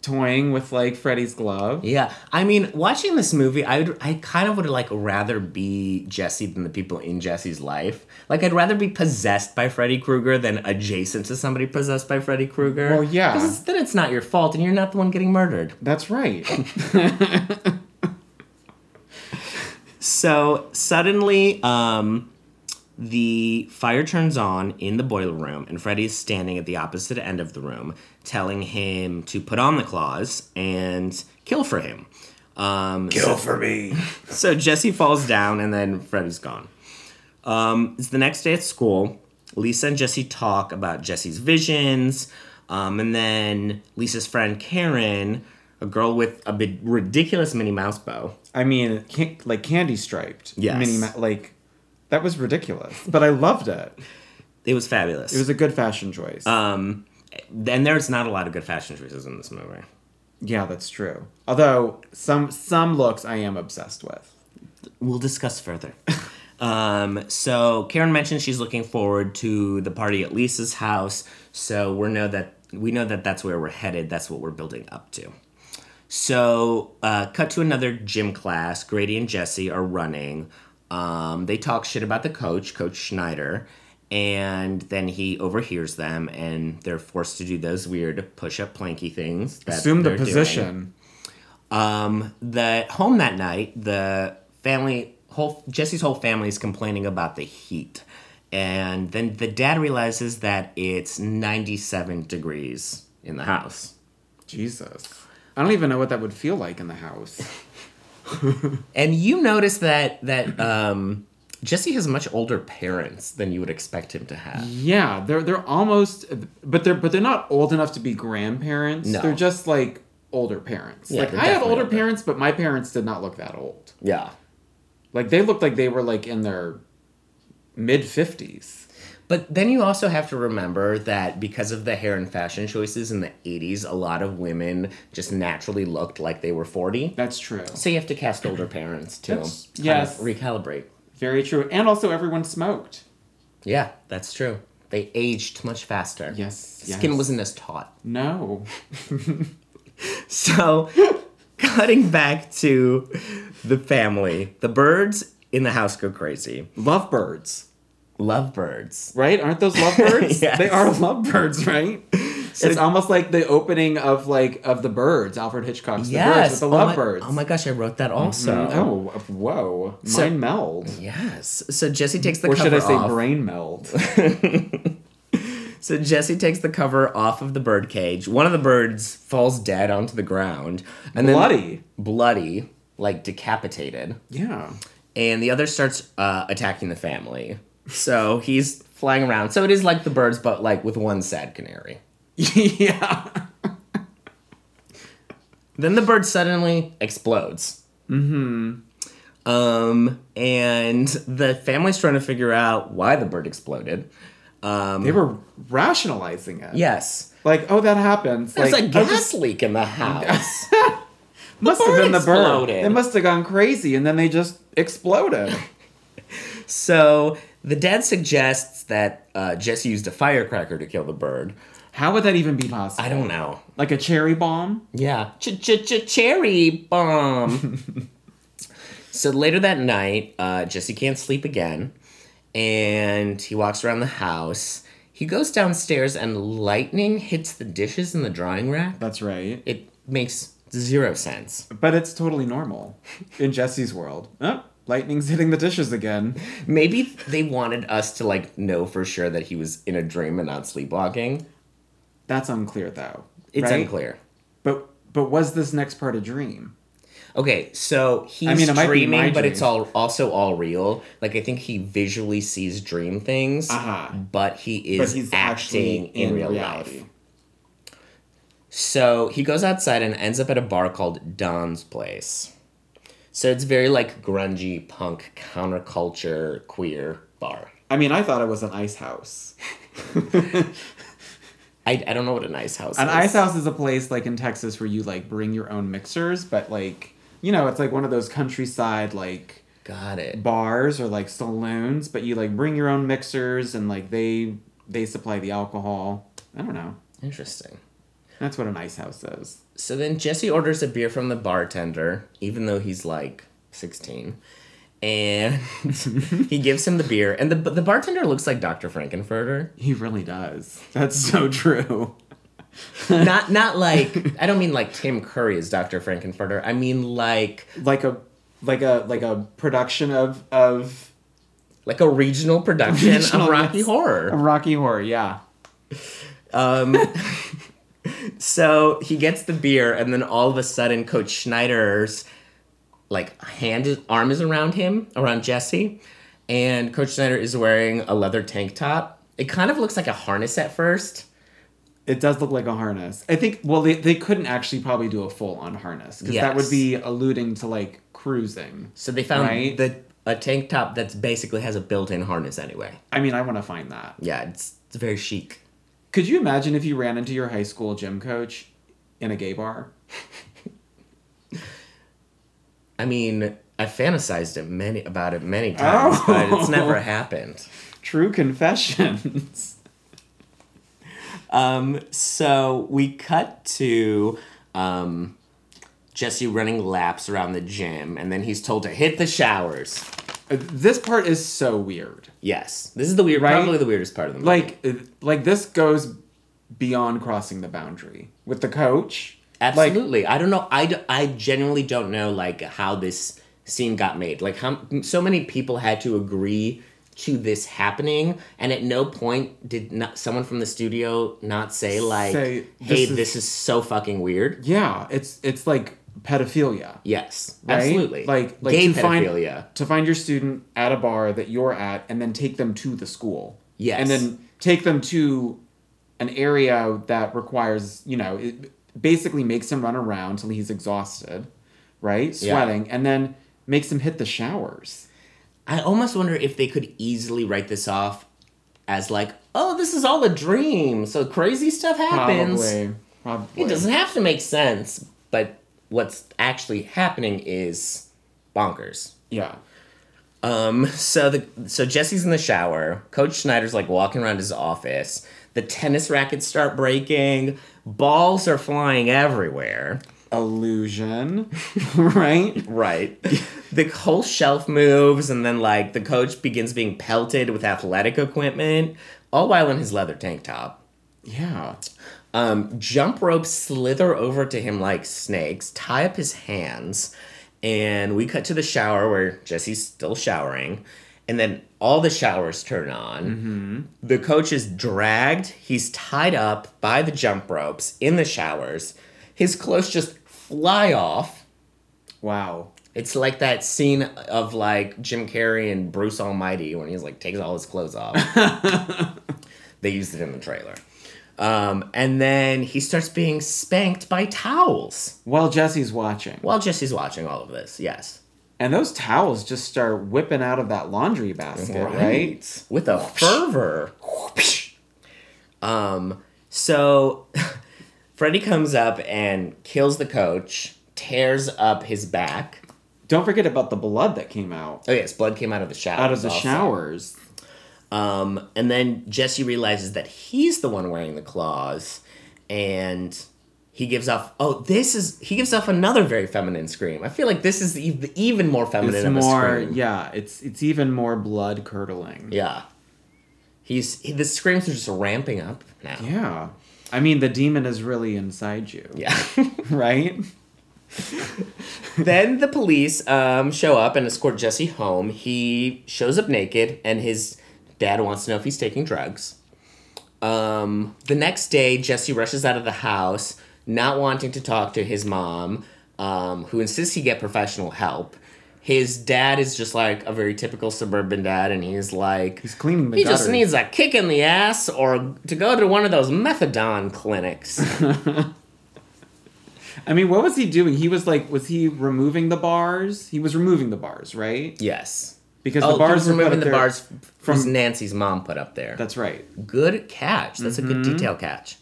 Speaker 2: toying with like Freddy's glove.
Speaker 1: Yeah. I mean, watching this movie, I would, I kind of would like rather be Jesse than the people in Jesse's life. Like, I'd rather be possessed by Freddy Krueger than adjacent to somebody possessed by Freddy Krueger.
Speaker 2: Well, yeah.
Speaker 1: Because then it's not your fault and you're not the one getting murdered.
Speaker 2: That's right.
Speaker 1: <laughs> So suddenly, um, the fire turns on in the boiler room, and Freddy is standing at the opposite end of the room, telling him to put on the claws and kill for him. Um, so-
Speaker 2: for me.
Speaker 1: so Jesse falls down, and then Fred is gone. Um, it's the next day at school. Lisa and Jesse talk about Jesse's visions, um, and then Lisa's friend Karen, a girl with a big, ridiculous Minnie Mouse bow.
Speaker 2: I mean, can- like candy striped.
Speaker 1: Yes.
Speaker 2: Mini ma- like that was ridiculous, but I loved it.
Speaker 1: It was fabulous.
Speaker 2: It was a good fashion choice.
Speaker 1: Um, and there's not a lot of good fashion choices in this movie.
Speaker 2: yeah, that's true. Although some some looks I am obsessed with.
Speaker 1: We'll discuss further. <laughs> um, so Karen mentioned she's looking forward to the party at Lisa's house. So we know that we know that that's where we're headed. That's what we're building up to. So uh, cut to another gym class. Grady and Jesse are running. Um, they talk shit about the coach, Coach Schneider. And then he overhears them, and they're forced to do those weird push-up planky things. That
Speaker 2: Assume the
Speaker 1: they're doing.
Speaker 2: position.
Speaker 1: Um, the home that night, the family whole Jesse's whole family is complaining about the heat, and then the dad realizes that it's ninety seven degrees in the house,
Speaker 2: Jesus. I don't even know what that would feel like in the house.
Speaker 1: and you notice that that um, Jesse has much older parents than you would expect him to have.
Speaker 2: Yeah, they're they're almost, but they're but they're not old enough to be grandparents.
Speaker 1: No.
Speaker 2: They're just like older parents.
Speaker 1: Yeah,
Speaker 2: like
Speaker 1: they're
Speaker 2: I had
Speaker 1: definitely
Speaker 2: older
Speaker 1: older.
Speaker 2: parents, but my parents did not look that old.
Speaker 1: Yeah,
Speaker 2: Like they looked like they were like in their mid fifties.
Speaker 1: But then you also have to remember that because of the hair and fashion choices in the 80s, a lot of women just naturally looked like they were 40.
Speaker 2: That's true.
Speaker 1: So you have to cast older parents to
Speaker 2: That's-
Speaker 1: kind of
Speaker 2: yes.
Speaker 1: recalibrate.
Speaker 2: Very true. And also, everyone smoked.
Speaker 1: Yeah, that's true. They aged much faster.
Speaker 2: Yes,
Speaker 1: Skin
Speaker 2: yes.
Speaker 1: wasn't as taut.
Speaker 2: No.
Speaker 1: So, <laughs> cutting back to the family, the birds in the house go crazy.
Speaker 2: Lovebirds,
Speaker 1: Love birds.
Speaker 2: right? Aren't those lovebirds?
Speaker 1: Yes.
Speaker 2: <laughs> They are lovebirds,
Speaker 1: <laughs>
Speaker 2: right? it's almost like the opening of like of the birds, Alfred Hitchcock's
Speaker 1: yes.
Speaker 2: The Birds with
Speaker 1: oh
Speaker 2: the
Speaker 1: my-
Speaker 2: lovebirds.
Speaker 1: Oh my gosh, I wrote that also.
Speaker 2: Oh, whoa.
Speaker 1: So-
Speaker 2: Mind meld.
Speaker 1: Yes. So Jesse takes the
Speaker 2: Or
Speaker 1: cover
Speaker 2: should I say
Speaker 1: off.
Speaker 2: brain meld?
Speaker 1: So Jesse takes the cover off of the bird cage. One of the birds falls dead onto the ground, and then
Speaker 2: Bloody.
Speaker 1: bloody, like decapitated.
Speaker 2: <laughs> Yeah.
Speaker 1: And the other starts uh, attacking the family. So he's flying around. So it is like the birds, but like with one sad canary.
Speaker 2: yeah.
Speaker 1: Then the bird suddenly explodes. Mm-hmm. Um, and the family's trying to figure out why the bird exploded. Um,
Speaker 2: They were rationalizing it.
Speaker 1: yes.
Speaker 2: Like, oh, that happens.
Speaker 1: There's
Speaker 2: like,
Speaker 1: a
Speaker 2: oh,
Speaker 1: gas
Speaker 2: this
Speaker 1: leak in the house. <laughs>
Speaker 2: must
Speaker 1: bird
Speaker 2: have been the bird.
Speaker 1: exploded.
Speaker 2: It must have gone crazy, and then they just
Speaker 1: <laughs>
Speaker 2: exploded.
Speaker 1: so the dad suggests that uh, Jess used a firecracker to kill the bird.
Speaker 2: How would that even be possible?
Speaker 1: I don't know.
Speaker 2: Like a cherry bomb?
Speaker 1: Yeah. Ch ch ch cherry bomb. so later that night, uh, Jesse can't sleep again, and he walks around the house. He goes downstairs, and lightning hits the dishes in the drying rack.
Speaker 2: That's right.
Speaker 1: It makes zero sense.
Speaker 2: But it's totally normal in Jesse's world. Oh, lightning's hitting the dishes again.
Speaker 1: Maybe they wanted us to like know for sure that he was in a dream and not sleepwalking.
Speaker 2: That's unclear though.
Speaker 1: It's
Speaker 2: right?
Speaker 1: unclear.
Speaker 2: But but was this next part a dream?
Speaker 1: Okay, so he's
Speaker 2: mean, it might be
Speaker 1: dreaming,
Speaker 2: my
Speaker 1: but it's
Speaker 2: dream.
Speaker 1: all also all real. Like I think he visually sees dream things,
Speaker 2: Uh-huh.
Speaker 1: but he is
Speaker 2: but he's
Speaker 1: acting
Speaker 2: actually
Speaker 1: in, real life. So he goes outside and ends up at a bar called Don's Place. So it's very like grungy punk counterculture queer bar.
Speaker 2: I mean, I thought it was an ice <laughs> house.
Speaker 1: I, I don't know what a nice house
Speaker 2: An
Speaker 1: is.
Speaker 2: ice house is a place like in Texas where you like bring your own mixers, but like you know, it's like one of those countryside like
Speaker 1: Got it.
Speaker 2: bars or like saloons, but you like bring your own mixers and like they they supply the alcohol. I don't know.
Speaker 1: Interesting.
Speaker 2: That's what an ice house is.
Speaker 1: So then Jesse orders a beer from the bartender, even though he's like 16. And <laughs> he gives him the beer. And the, the bartender looks like Dr. Frankenfurter.
Speaker 2: He really does. <laughs> That's so true. <laughs>
Speaker 1: Not, not like, I don't mean like Tim Curry is Dr. Frankenfurter. I mean like,
Speaker 2: Like a like a like a production of of
Speaker 1: like a regional production of
Speaker 2: Regional,
Speaker 1: Rocky
Speaker 2: yes.
Speaker 1: Horror.
Speaker 2: Rocky Horror, yeah.
Speaker 1: Um, So he gets the beer, and then all of a sudden, Coach Schneider's like hand arm is around him, around Jesse, and Coach Schneider is wearing a leather tank top. It kind of looks like a harness at first.
Speaker 2: It does look like a harness. I think. Well, they, they couldn't actually probably do a full on harness because
Speaker 1: Yes.
Speaker 2: that would be alluding to like cruising.
Speaker 1: So they found
Speaker 2: Right.
Speaker 1: the a tank top that's basically has a built-in harness anyway.
Speaker 2: I mean, I want to find that.
Speaker 1: Yeah, it's it's very chic.
Speaker 2: Could you imagine if you ran into your high school gym coach in a gay bar?
Speaker 1: I mean, I fantasized it many about it many times, but it's never happened.
Speaker 2: True confessions.
Speaker 1: Um, so we cut to um, Jesse running laps around the gym, and then he's told to hit the showers.
Speaker 2: Uh, <laughs> this part is so weird.
Speaker 1: Yes, this is the weird,
Speaker 2: Right?
Speaker 1: probably the weirdest part of the movie.
Speaker 2: Like, uh, like this goes beyond crossing the boundary with the coach. like-
Speaker 1: absolutely. I don't know. I, d- I genuinely don't know like how this scene got made. Like how so many people had to agree to this happening, and at no point did not someone from the studio not say like,
Speaker 2: Say,
Speaker 1: "Hey,
Speaker 2: this is-
Speaker 1: this is so fucking weird."
Speaker 2: Yeah, it's it's like pedophilia.
Speaker 1: Yes,
Speaker 2: right?
Speaker 1: absolutely.
Speaker 2: Like, like
Speaker 1: gay
Speaker 2: to find-
Speaker 1: pedophilia.
Speaker 2: to find your student at a bar that you're at, and then take them to the school.
Speaker 1: Yes.
Speaker 2: and then take them to an area that requires you know it basically makes him run around till he's exhausted, right?
Speaker 1: Yeah.
Speaker 2: Sweating, and then makes him hit the showers.
Speaker 1: I almost wonder if they could easily write this off as like, oh, this is all a dream. So crazy stuff happens.
Speaker 2: Probably, probably.
Speaker 1: It doesn't have to make sense, but what's actually happening is bonkers.
Speaker 2: Yeah.
Speaker 1: Um, so the so Jesse's in the shower. Coach Schneider's like walking around his office. The tennis rackets start breaking. Balls are flying everywhere.
Speaker 2: Illusion, <laughs> right?
Speaker 1: Right. <laughs> the whole shelf moves, and then like the coach begins being pelted with athletic equipment, all while in his leather tank top.
Speaker 2: Yeah.
Speaker 1: Um, jump ropes slither over to him like snakes, tie up his hands, and we cut to the shower where Jesse's still showering, and then all the showers turn on. The coach is dragged, he's tied up by the jump ropes in the showers. His clothes just fly off.
Speaker 2: Wow.
Speaker 1: It's like that scene of like Jim Carrey and Bruce
Speaker 2: <laughs>
Speaker 1: Almighty when he's like takes all his clothes off. they used it in the trailer. Um, and then he starts being spanked by towels
Speaker 2: While Jesse's watching.
Speaker 1: while Jesse's watching all of this. Yes.
Speaker 2: And those towels just start whipping out of that laundry basket, right?
Speaker 1: With a fervor. Um, so <laughs> Freddy comes up and kills the coach, tears up his back.
Speaker 2: Don't forget about the blood that came out
Speaker 1: Oh yes, blood came out of the shower.
Speaker 2: out of the showers.
Speaker 1: Um, and then Jesse realizes that he's the one wearing the claws, and he gives off. Oh, this is he gives off another very feminine scream. I feel like this is the, even more feminine
Speaker 2: It's
Speaker 1: of a
Speaker 2: more,
Speaker 1: scream.
Speaker 2: yeah. It's it's even more blood curdling.
Speaker 1: Yeah. He's he, the screams are just ramping up now.
Speaker 2: Yeah. I mean, the demon is really inside you, <laughs>
Speaker 1: Yeah. <laughs>
Speaker 2: right?
Speaker 1: then the police um, show up and escort Jesse home. He shows up naked, and his dad wants to know if he's taking drugs. Um, the next day, Jesse rushes out of the house, not wanting to talk to his mom, um, who insists he get professional help. His dad is just like a very typical suburban dad, and he's like,
Speaker 2: He's cleaning the
Speaker 1: he just
Speaker 2: gutters.
Speaker 1: needs a kick in the ass or to go to one of those methadone clinics.
Speaker 2: <laughs> I mean, what was he doing? He was like, was he removing the bars? He was removing the bars, right?
Speaker 1: yes.
Speaker 2: Because
Speaker 1: Oh,
Speaker 2: the bars
Speaker 1: he was
Speaker 2: were put
Speaker 1: removing
Speaker 2: up
Speaker 1: the
Speaker 2: there-
Speaker 1: bars from
Speaker 2: from-
Speaker 1: Nancy's mom put up there.
Speaker 2: That's right.
Speaker 1: good catch. That's a good detail catch.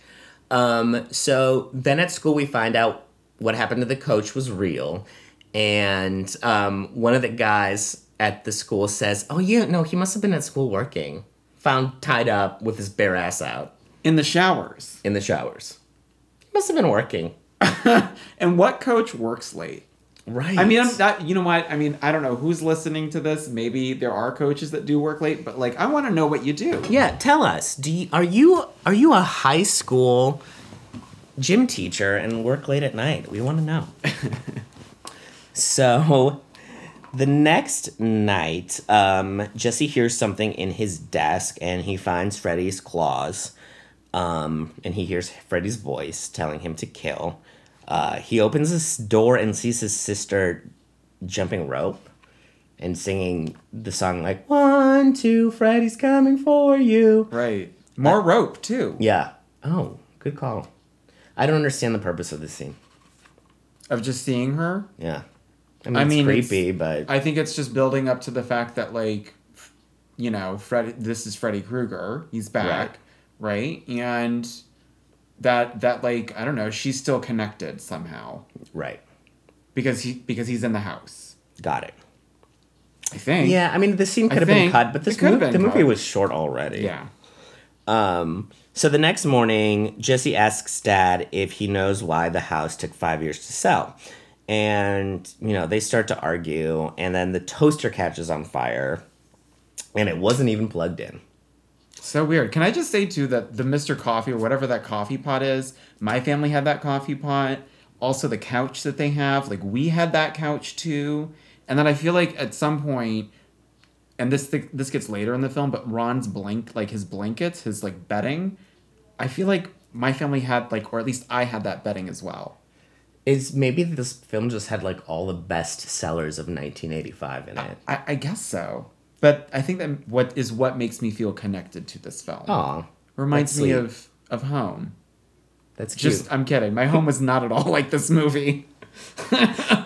Speaker 1: Um, so then at school, we find out what happened to the coach was real. And um, one of the guys at the school says, Oh, yeah, no, he must have been at school working. Found tied up with his bare ass out
Speaker 2: In the showers.
Speaker 1: in the showers. He must have been working.
Speaker 2: And what coach works late?
Speaker 1: Right.
Speaker 2: I mean, I'm not, you know what? I mean, I don't know who's listening to this. Maybe there are coaches that do work late, but like, I want to know what you do.
Speaker 1: yeah, tell us. Do you, are you are you a high school gym teacher and work late at night? We want to know. <laughs> so, the next night, um, Jesse hears something in his desk, and he finds Freddy's claws. Um, and he hears Freddy's voice telling him to kill. Uh, he opens his door and sees his sister jumping rope and singing the song like one two freddy's coming for you
Speaker 2: Right. More rope, too,
Speaker 1: yeah oh good call i don't understand the purpose of this scene
Speaker 2: of just seeing her.
Speaker 1: yeah i mean,
Speaker 2: I mean,
Speaker 1: it's creepy but
Speaker 2: I think it's just building up to the fact that, like, f- you know, Fred, this is Freddy Krueger. He's back, right. And that, that, like, I don't know, she's still connected somehow
Speaker 1: right
Speaker 2: because he, because he's in the house,
Speaker 1: got it
Speaker 2: I think.
Speaker 1: yeah i mean the scene could have been
Speaker 2: think
Speaker 1: cut but
Speaker 2: it
Speaker 1: this
Speaker 2: could have
Speaker 1: movie,
Speaker 2: been
Speaker 1: the movie
Speaker 2: cut.
Speaker 1: was short already
Speaker 2: Yeah.
Speaker 1: Um, so the next morning, Jesse asks Dad if he knows why the house took five years to sell. And, you know, they start to argue, and then the toaster catches on fire, and it wasn't even plugged in.
Speaker 2: So weird. Can I just say too that the Mr. Coffee or whatever that coffee pot is, my family had that coffee pot. Also the couch that they have, like we had that couch too. And then I feel like at some point and this th- this gets later in the film, but Ron's blank like his blankets, his like bedding, I feel like my family had like or at least I had that bedding as well.
Speaker 1: Is maybe this film just had like all the best sellers of 1985 in it?
Speaker 2: I, I guess so. But I think that what is what makes me feel connected to this film.
Speaker 1: Aw,
Speaker 2: Reminds
Speaker 1: Oh, that's sweet.
Speaker 2: me of of home.
Speaker 1: that's cute.
Speaker 2: Just I'm kidding. My home was not at all <laughs> like this movie.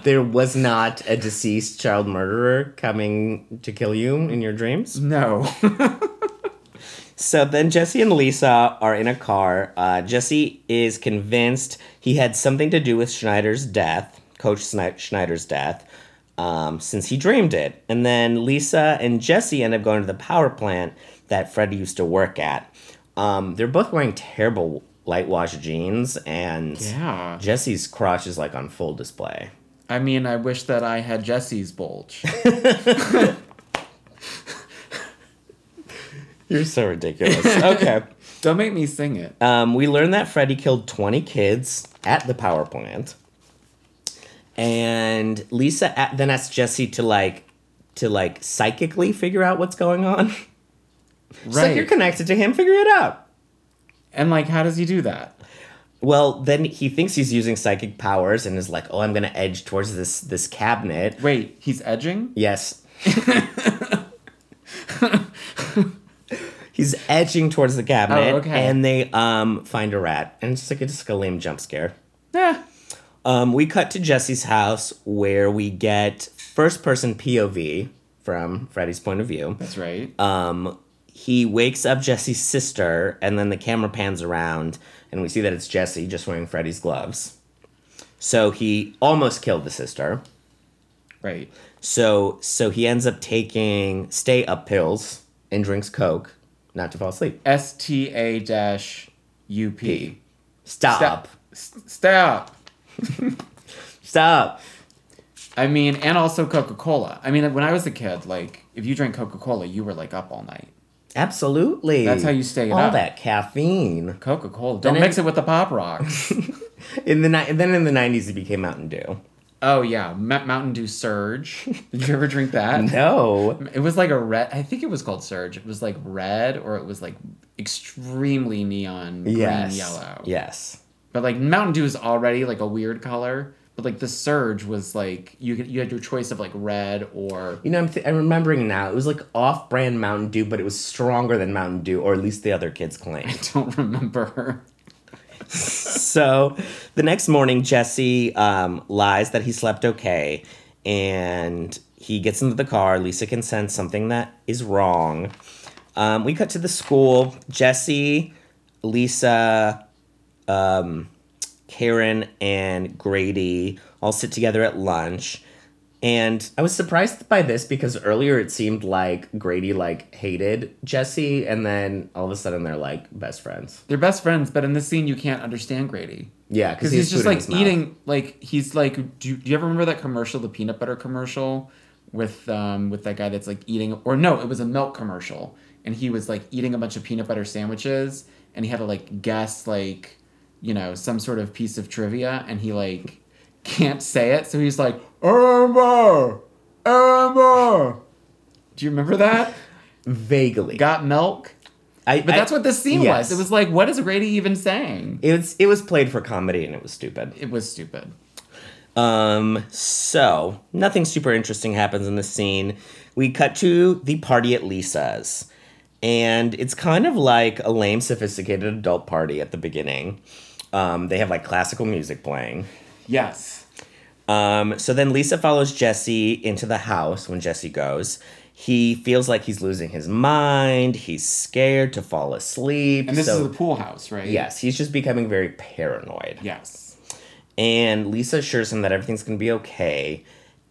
Speaker 1: there was not a deceased child murderer coming to kill you in your dreams.
Speaker 2: No.
Speaker 1: So then Jesse and Lisa are in a car. Uh, Jesse is convinced he had something to do with Schneider's death, Coach Sni- Schneider's death, um, since he dreamed it. And then Lisa and Jesse end up going to the power plant that Freddie used to work at. Um, they're both wearing terrible light wash jeans, and
Speaker 2: yeah.
Speaker 1: Jesse's crotch is like on full display.
Speaker 2: <laughs> I mean, I wish that I had Jesse's bulge.
Speaker 1: You're so ridiculous. <laughs> okay.
Speaker 2: Don't make me sing it.
Speaker 1: Um, we learned that Freddy killed 20 kids at the power plant. And Lisa a then asked Jesse to like to like psychically figure out what's going on. <laughs> She's like
Speaker 2: Right.
Speaker 1: you're connected to him, figure it out.
Speaker 2: and like, how does he do that?
Speaker 1: Well, then he thinks he's using psychic powers and is like, "Oh, I'm going to edge towards this this cabinet."
Speaker 2: Wait, <laughs> he's edging?
Speaker 1: Yes. He's edging towards the cabinet,
Speaker 2: Oh, okay.
Speaker 1: and they um find a rat, and it's just like it's just like a lame jump scare.
Speaker 2: Yeah.
Speaker 1: Um, we cut to Jesse's house where we get first person POV from Freddy's point of view.
Speaker 2: That's right.
Speaker 1: Um, he wakes up Jesse's sister, and then the camera pans around, and we see that it's Jesse just wearing Freddy's gloves. So he almost killed the sister.
Speaker 2: right.
Speaker 1: So so he ends up taking stay up pills and drinks coke, not to fall asleep.
Speaker 2: S T A dash U P.
Speaker 1: Stop.
Speaker 2: Stop.
Speaker 1: Stop.
Speaker 2: Stop. I mean, and also Coca Cola. I mean, when I was a kid, like if you drank Coca Cola, you were like up all night.
Speaker 1: Absolutely.
Speaker 2: That's how you stay it
Speaker 1: All
Speaker 2: up.
Speaker 1: that caffeine.
Speaker 2: Coca Cola. Don't
Speaker 1: Then
Speaker 2: mix
Speaker 1: it-
Speaker 2: it with the Pop Rocks.
Speaker 1: In the ni- then in the nineties it became Mountain Dew.
Speaker 2: oh yeah, Ma- Mountain Dew Surge. Did you ever drink that?
Speaker 1: <laughs> No.
Speaker 2: It was like a red. I think it was called Surge. It was like red, or it was like extremely neon
Speaker 1: Yes.
Speaker 2: green yellow.
Speaker 1: Yes.
Speaker 2: But like Mountain Dew is already like a weird color. But like the Surge was like you could- you had your choice of like red or <laughs>
Speaker 1: You know, I'm, th- I'm remembering now. It was like off-brand Mountain Dew, but it was stronger than Mountain Dew, or at least the other kids claimed.
Speaker 2: don't remember.
Speaker 1: so the next morning, Jesse um, lies that he slept okay, and he gets into the car. Lisa can sense something that is wrong. Um, we cut to the school. Jesse, Lisa, um, Karen, and Grady all sit together at lunch. And I was surprised by this because earlier it seemed like Grady like hated Jesse, and then all of a sudden they're like best friends.
Speaker 2: They're best friends, but in this scene you can't understand Grady.
Speaker 1: Yeah,
Speaker 2: because
Speaker 1: he
Speaker 2: he's,
Speaker 1: has
Speaker 2: just
Speaker 1: food in
Speaker 2: like
Speaker 1: his mouth.
Speaker 2: eating like he's like do, do you ever remember that commercial the peanut butter commercial with um with that guy that's like eating or no it was a milk commercial and he was like eating a bunch of peanut butter sandwiches and he had to like guess like you know some sort of piece of trivia and he like can't say it so he's like Amber Amber do you remember that
Speaker 1: Vaguely.
Speaker 2: got milk
Speaker 1: I,
Speaker 2: but
Speaker 1: I-
Speaker 2: that's what this scene
Speaker 1: yes.
Speaker 2: was it was like what is Grady even saying
Speaker 1: It was it was played for comedy and it was stupid.
Speaker 2: it was stupid
Speaker 1: Um so nothing super interesting happens in the scene. We cut to the party at Lisa's. And it's kind of like a lame sophisticated adult party at the beginning. Um, they have like classical music playing.
Speaker 2: yes
Speaker 1: Um, so then Lisa follows Jesse into the house when Jesse goes. He feels like he's losing his mind. He's scared to fall asleep.
Speaker 2: And this
Speaker 1: so
Speaker 2: is the pool house, right?
Speaker 1: Yes, he's just becoming very paranoid.
Speaker 2: Yes.
Speaker 1: And Lisa assures him that everything's going to be okay.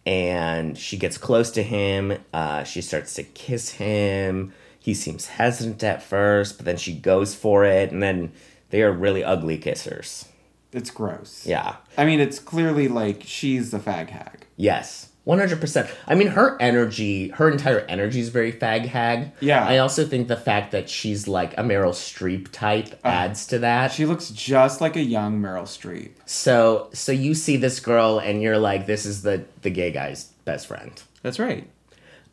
Speaker 1: And she gets close to him. Uh, she starts to kiss him. He seems hesitant at first, but then she goes for it. And then they are really ugly kissers.
Speaker 2: It's gross.
Speaker 1: Yeah.
Speaker 2: I mean, it's clearly like she's the fag hag.
Speaker 1: Yes. 100%. I mean, her energy, her entire energy is very fag hag.
Speaker 2: Yeah.
Speaker 1: I also think the fact that she's like a Meryl Streep type adds to that.
Speaker 2: She looks just like a young Meryl Streep.
Speaker 1: So so you see this girl and you're like, this is the the gay guy's best friend.
Speaker 2: That's right.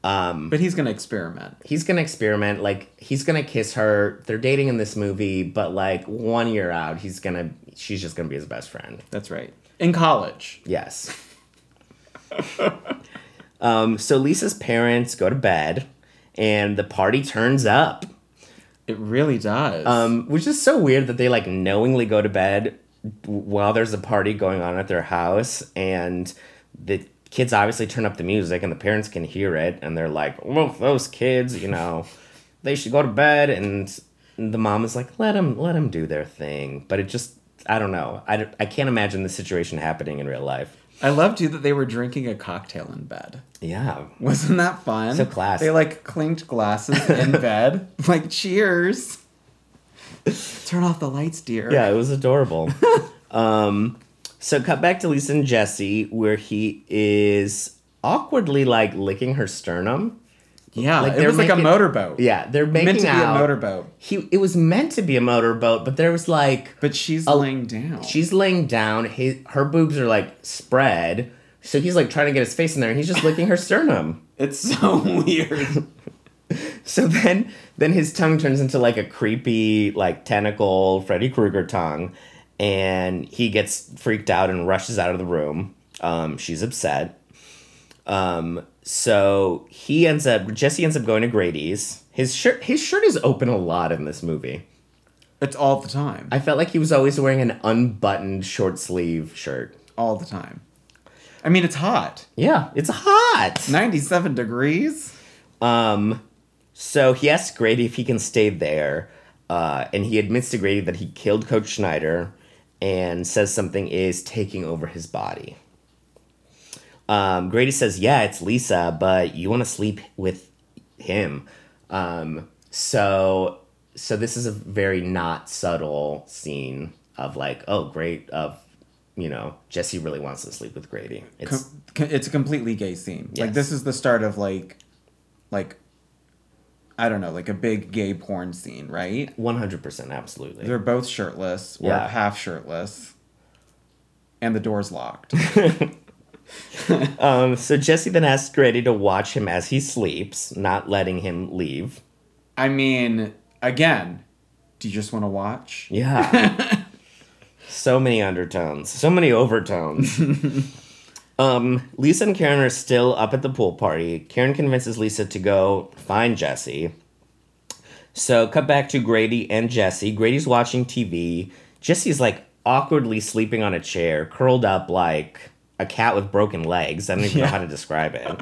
Speaker 1: Um,
Speaker 2: But he's going to experiment.
Speaker 1: he's gonna experiment. Like he's gonna kiss her. They're dating in this movie, but like one year out, he's gonna she's just gonna be his best friend.
Speaker 2: That's right. In college.
Speaker 1: Yes. um, so Lisa's parents go to bed, and the party turns up.
Speaker 2: It really does.
Speaker 1: Um, which is so weird that they like knowingly go to bed while there's a party going on at their house and the kids obviously turn up the music and the parents can hear it and they're like, well, those kids, you know, <laughs> they should go to bed. And the mom is like, let them, let them do their thing. But it just, I don't know. I, d- I can't imagine this situation happening in real life.
Speaker 2: I loved you that they were drinking a cocktail in bed. <laughs>
Speaker 1: Yeah.
Speaker 2: Wasn't that fun?
Speaker 1: So class.
Speaker 2: They like clinked
Speaker 1: <laughs>
Speaker 2: glasses in bed. Like, cheers. Turn off the lights, dear.
Speaker 1: Yeah, it was adorable. <laughs> um, so cut back to Lisa and Jesse, where he is awkwardly like licking her sternum.
Speaker 2: Yeah.
Speaker 1: Like,
Speaker 2: it
Speaker 1: they're
Speaker 2: was like a
Speaker 1: making-
Speaker 2: motorboat.
Speaker 1: Yeah, they're making
Speaker 2: Meant to be
Speaker 1: out.
Speaker 2: a motorboat.
Speaker 1: He it was meant to be a motorboat, but there was like
Speaker 2: But she's laying down.
Speaker 1: she's laying down. His, her boobs are like spread, so he's like trying to get his face in there, and he's just licking her sternum.
Speaker 2: It's so <laughs> weird.
Speaker 1: So then, then his tongue turns into like a creepy, like tentacle Freddy Krueger tongue, and he gets freaked out and rushes out of the room. Um, she's upset. Um, so he ends up Jesse ends up going to Grady's. His shirt his shirt is open a lot in this movie.
Speaker 2: It's all the time.
Speaker 1: I felt like he was always wearing an unbuttoned short sleeve shirt.
Speaker 2: all the time. I mean, it's hot.
Speaker 1: Yeah, it's hot.
Speaker 2: 97 degrees?
Speaker 1: Um, so he asks Grady if he can stay there, uh, and he admits to Grady that he killed Coach Schneider, and says something is taking over his body. Um, Grady says, "Yeah, it's Lisa, but you want to sleep with him." Um, so, so this is a very not subtle scene of like, oh, great, of you know, Jesse really wants to sleep with Grady. It's
Speaker 2: Com- it's a completely gay scene.
Speaker 1: Yes.
Speaker 2: Like this is the start of like like I don't know, like a big gay porn scene, right?
Speaker 1: one hundred percent absolutely.
Speaker 2: They're both shirtless or
Speaker 1: Yeah.
Speaker 2: half shirtless. And the door's locked. <laughs>
Speaker 1: Um, so Jesse then asks Grady to watch him as he sleeps, not letting him leave.
Speaker 2: I mean, again, do you just want to watch?
Speaker 1: Yeah. so many undertones, so many overtones. um, Lisa and Karen are still up at the pool party. Karen convinces Lisa to go find Jesse. So cut back to Grady and Jesse. Grady's watching TV. Jesse's like awkwardly sleeping on a chair, curled up like a cat with broken legs. I don't even know how to describe it.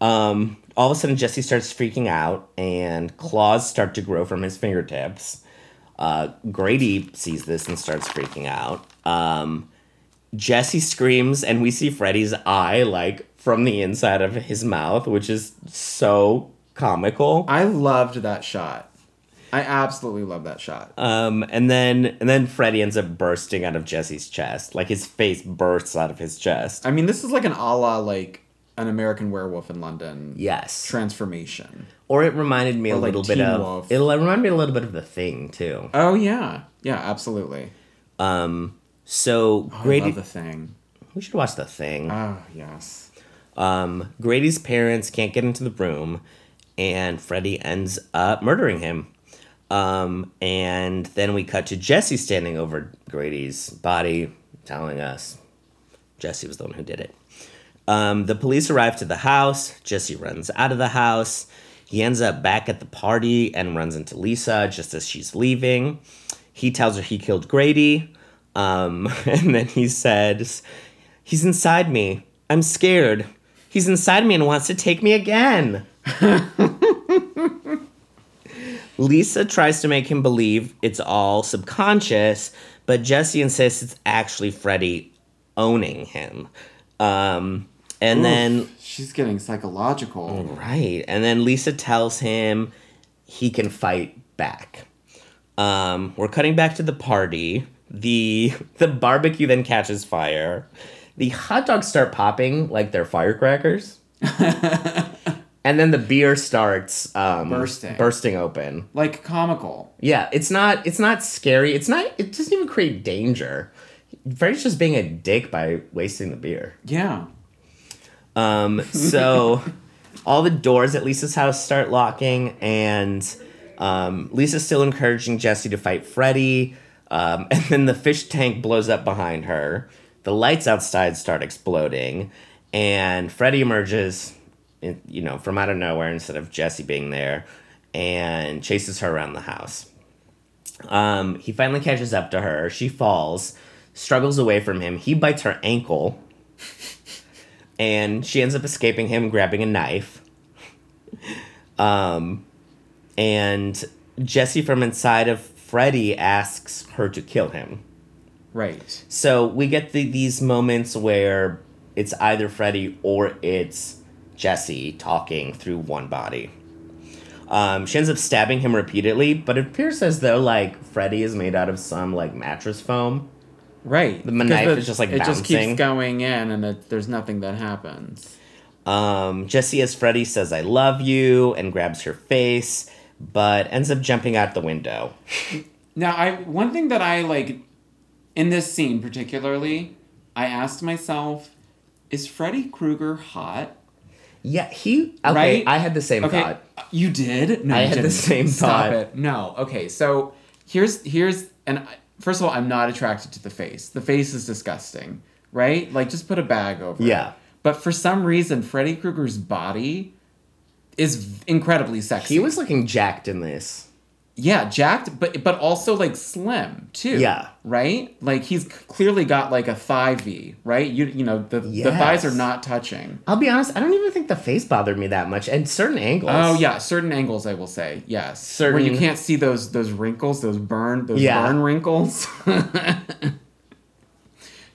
Speaker 1: Um, all of a sudden, Jesse starts freaking out, and claws start to grow from his fingertips. Uh, Grady sees this and starts freaking out. Um, Jesse screams, and we see Freddy's eye like from the inside of his mouth, which is so comical.
Speaker 2: I loved that shot. I absolutely love that shot.
Speaker 1: Um, and then and then Freddy ends up bursting out of Jesse's chest, like his face bursts out of his chest.
Speaker 2: I mean, this is like an a la like an American werewolf in London
Speaker 1: Yes,
Speaker 2: transformation.
Speaker 1: or it reminded me a
Speaker 2: like
Speaker 1: little bit
Speaker 2: Teen
Speaker 1: of
Speaker 2: Wolf.
Speaker 1: it'll remind me a little bit of the thing too.
Speaker 2: Oh yeah, yeah, absolutely.
Speaker 1: Um, so
Speaker 2: Oh, I
Speaker 1: Grady,
Speaker 2: love the thing.
Speaker 1: we should watch the thing.
Speaker 2: Oh yes.
Speaker 1: Um, Grady's parents can't get into the room, and Freddy ends up murdering him. Um, and then we cut to Jesse standing over Grady's body, telling us Jesse was the one who did it. Um, the police arrive to the house. Jesse runs out of the house. He ends up back at the party and runs into Lisa just as she's leaving. He tells her he killed Grady. Um, <laughs> and then he says, He's inside me. I'm scared. He's inside me and wants to take me again. <laughs> Lisa tries to make him believe it's all subconscious, but Jesse insists it's actually Freddy owning him. Um, and then Mm.
Speaker 2: She's getting psychological.
Speaker 1: Right. And then Lisa tells him he can fight back. Um, we're cutting back to the party. The <laughs> the barbecue then catches fire. The hot dogs start popping like they're firecrackers. and then the beer starts um,
Speaker 2: Bursting.
Speaker 1: bursting open.
Speaker 2: Like comical.
Speaker 1: Yeah, it's not it's not scary. It's not it doesn't even create danger. Freddy's just being a dick by wasting the beer.
Speaker 2: Yeah.
Speaker 1: Um, so all the doors at Lisa's house start locking, and um, Lisa's still encouraging Jesse to fight Freddy. Um, <laughs> and then the fish tank blows up behind her. The lights outside start exploding, and Freddy emerges, in- you know, from out of nowhere instead of Jesse being there, and chases her around the house. Um, he finally catches up to her. She falls, struggles away from him. He bites her ankle and she ends up escaping him, grabbing a knife. Um, and Jesse from inside of Freddy asks her to kill him.
Speaker 2: Right.
Speaker 1: So we get the, these moments where it's either Freddy or it's Jesse talking through one body. Um, she ends up stabbing him repeatedly, but it appears as though like Freddy is made out of some like mattress foam.
Speaker 2: Right. The
Speaker 1: knife is just, like,
Speaker 2: it just keeps
Speaker 1: bouncing.
Speaker 2: going in, and it, there's nothing that happens.
Speaker 1: Um, Jesse as Freddy says, I love you, and grabs her face, but ends up jumping out the window.
Speaker 2: Now, I one thing that I like in this scene particularly, I asked myself, is Freddy Krueger hot?
Speaker 1: Yeah, he. Okay,
Speaker 2: Right?
Speaker 1: I had the same
Speaker 2: Okay,
Speaker 1: thought.
Speaker 2: uh, you did. No,
Speaker 1: I
Speaker 2: you
Speaker 1: had the
Speaker 2: didn't.
Speaker 1: same
Speaker 2: Stop
Speaker 1: thought.
Speaker 2: it. No. Okay. So here's here's and I, first of all, I'm not attracted to the face. The face is disgusting, right? Like just put a bag over. it.
Speaker 1: Yeah.
Speaker 2: But for some reason, Freddy Krueger's body is incredibly sexy.
Speaker 1: He was looking jacked in this.
Speaker 2: yeah, jacked, but but also like slim too.
Speaker 1: Yeah.
Speaker 2: right. Like he's clearly got like a thigh V, right? You you know the the
Speaker 1: Yes.
Speaker 2: thighs are not touching.
Speaker 1: I'll be honest, I don't even think the face bothered me that much. And certain angles.
Speaker 2: Oh yeah, certain angles I will say yes. where
Speaker 1: Certain-
Speaker 2: you can't see those those wrinkles, those burn those
Speaker 1: Yeah.
Speaker 2: burn wrinkles. <laughs>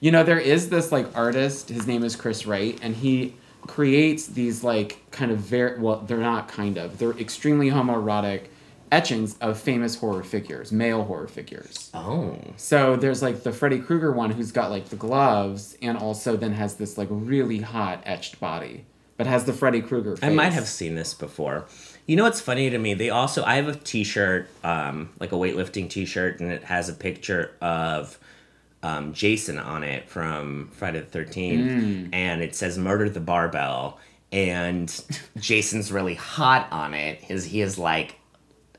Speaker 2: you know there is this like artist. His name is Chris Wright, and he creates these like kind of very well they're not kind of they're extremely homoerotic etchings of famous horror figures, male horror figures.
Speaker 1: Oh.
Speaker 2: So there's like the Freddy Krueger one who's got like the gloves and also then has this like really hot etched body, but has the Freddy Krueger.
Speaker 1: I might
Speaker 2: face.
Speaker 1: have seen this before. You know what's funny to me? They also I have a T-shirt, um, like a weightlifting T-shirt, and it has a picture of um, Jason on it from Friday the Thirteenth, and it says "Murder the Barbell," and Jason's really hot on it. His he is like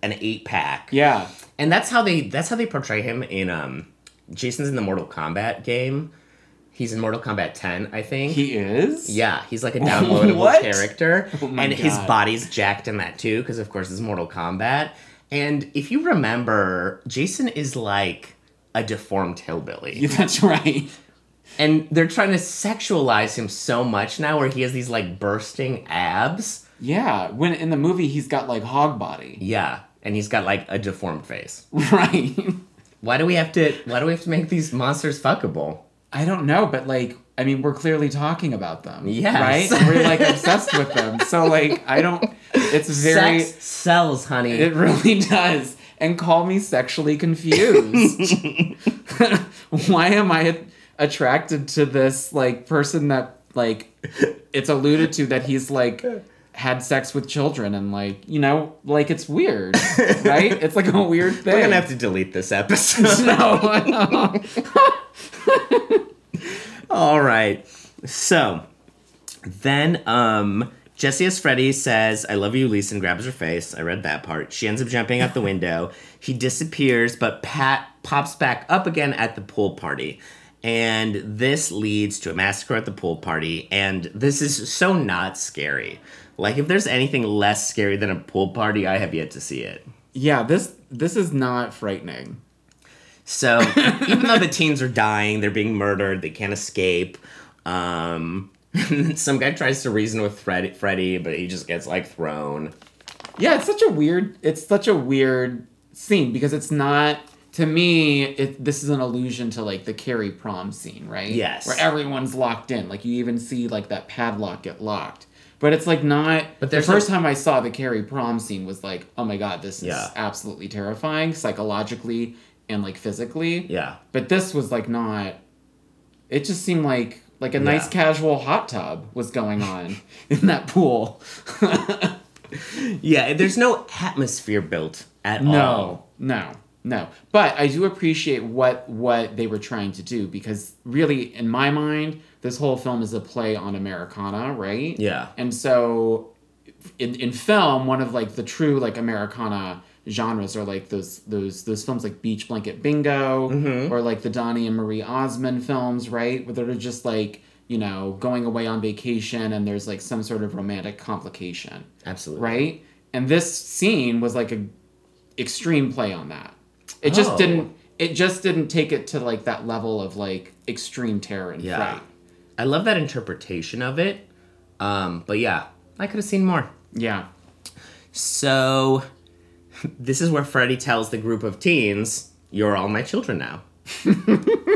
Speaker 1: an eight pack,
Speaker 2: Yeah.
Speaker 1: and that's how they that's how they portray him in um, Jason's in the Mortal Kombat game. He's in Mortal Kombat Ten, I think.
Speaker 2: He is?
Speaker 1: Yeah, he's <laughs> like a downloadable
Speaker 2: What?
Speaker 1: character,
Speaker 2: my
Speaker 1: and his
Speaker 2: God.
Speaker 1: body's jacked in that too, because of course it's Mortal Kombat. And if you remember, Jason is like a deformed hillbilly,
Speaker 2: <laughs> That's right.
Speaker 1: and they're trying to sexualize him so much now, where he has these like bursting abs.
Speaker 2: Yeah. When in the movie he's got like hog body.
Speaker 1: Yeah, and he's got like a deformed face.
Speaker 2: <laughs> Right.
Speaker 1: Why do we have to? Why do we have to make these monsters fuckable?
Speaker 2: I don't know, but like I mean we're clearly talking about them.
Speaker 1: Yes.
Speaker 2: Right? We're like obsessed with them. So like I don't it's very
Speaker 1: Sex sells, honey.
Speaker 2: it really <laughs> does. And call me sexually
Speaker 1: <laughs>
Speaker 2: confused. Why am I attracted to this like person that like it's alluded to that he's like had sex with children and like you know like it's weird right it's like a weird thing
Speaker 1: We're gonna have to delete this episode.
Speaker 2: <laughs> no.
Speaker 1: All right. So then um Jesse as Freddy says, I love you, Lisa, and grabs her face. I read that part. She ends up jumping out the window. He disappears, but Pat pops back up again at the pool party. And this leads to a massacre at the pool party. And this is so not scary. Like, if there's anything less scary than a pool party, I have yet to see it.
Speaker 2: yeah, this this is not frightening.
Speaker 1: So even though the teens are dying, they're being murdered, they can't escape. Um, <laughs> some guy tries to reason with Fred- Freddy, but he just gets like thrown.
Speaker 2: Yeah, it's such a weird it's such a weird scene because it's not to me it, this is an allusion to like the Carrie prom scene, right?
Speaker 1: Yes.
Speaker 2: Where everyone's locked in. Like you even see like that padlock get locked. But it's like not
Speaker 1: But
Speaker 2: but the
Speaker 1: there's no-
Speaker 2: first time I saw the Carrie prom scene was like, "Oh my god, this is
Speaker 1: Yeah.
Speaker 2: absolutely terrifying psychologically and like physically."
Speaker 1: Yeah.
Speaker 2: But this was like not. It just seemed like like a nice
Speaker 1: Yeah.
Speaker 2: casual hot tub was going on <laughs> in that pool. <laughs>
Speaker 1: Yeah, there's no atmosphere built at all.
Speaker 2: No, no, no. But I do appreciate what what they were trying to do because really, in my mind, this whole film is a play on Americana, right?
Speaker 1: Yeah.
Speaker 2: And so, in in film, one of like the true like Americana genres are like those those those films like Beach Blanket Bingo or like the Donnie and Marie Osmond films, right? Where they're just like you know going away on vacation and there's like some sort of romantic complication
Speaker 1: Absolutely.
Speaker 2: right? And this scene was like a extreme play on that. It just
Speaker 1: Oh.
Speaker 2: didn't. It just didn't take it to like that level of like extreme terror and
Speaker 1: Yeah.
Speaker 2: fright.
Speaker 1: I love that interpretation of it. Um, but yeah, I could have seen more.
Speaker 2: Yeah.
Speaker 1: So <laughs> this is where Freddy tells the group of teens, You're all my children now. <laughs>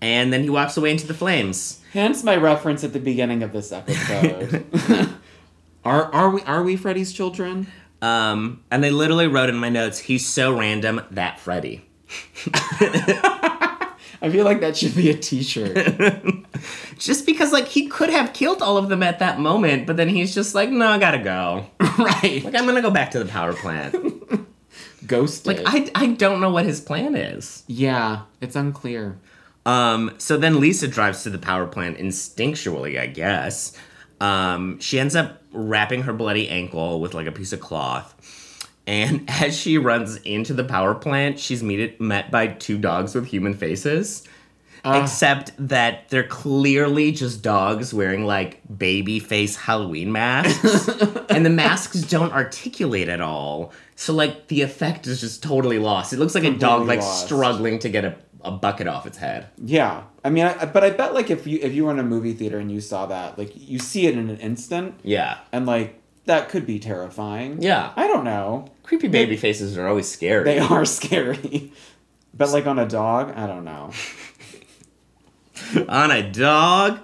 Speaker 1: and then he walks away into the flames.
Speaker 2: Hence my reference at the beginning of
Speaker 1: <laughs>
Speaker 2: this episode. <laughs> are are we are we Freddy's children?
Speaker 1: Um, and I literally wrote in my notes, he's so random that Freddy.
Speaker 2: I feel like that should be a T-shirt.
Speaker 1: Just because like he could have killed all of them at that moment, but then he's just like, no, I gotta go.
Speaker 2: <laughs> right.
Speaker 1: Like I'm gonna go back to the power plant.
Speaker 2: Ghosted.
Speaker 1: like I I don't know what his plan is.
Speaker 2: yeah, it's unclear.
Speaker 1: Um, so then Lisa drives to the power plant instinctually, I guess. Um, she ends up wrapping her bloody ankle with like a piece of cloth. And <laughs> as she runs into the power plant, she's meet- met by two dogs with human faces.
Speaker 2: Ah.
Speaker 1: except that they're clearly just dogs wearing like baby face Halloween
Speaker 2: <laughs>
Speaker 1: masks, and the masks don't articulate at all. So like the effect is just totally lost. It looks like a dog
Speaker 2: Completely
Speaker 1: like
Speaker 2: lost.
Speaker 1: struggling to get a, a bucket off its head.
Speaker 2: Yeah, I mean, I, but I bet like if you if you were in a movie theater and you saw that, like you see it in an instant,
Speaker 1: Yeah,
Speaker 2: and like that could be terrifying.
Speaker 1: Yeah.
Speaker 2: I don't know.
Speaker 1: creepy baby faces are always scary.
Speaker 2: They <laughs> are scary, but like on a dog, I don't know.
Speaker 1: <laughs> on a <laughs> dog.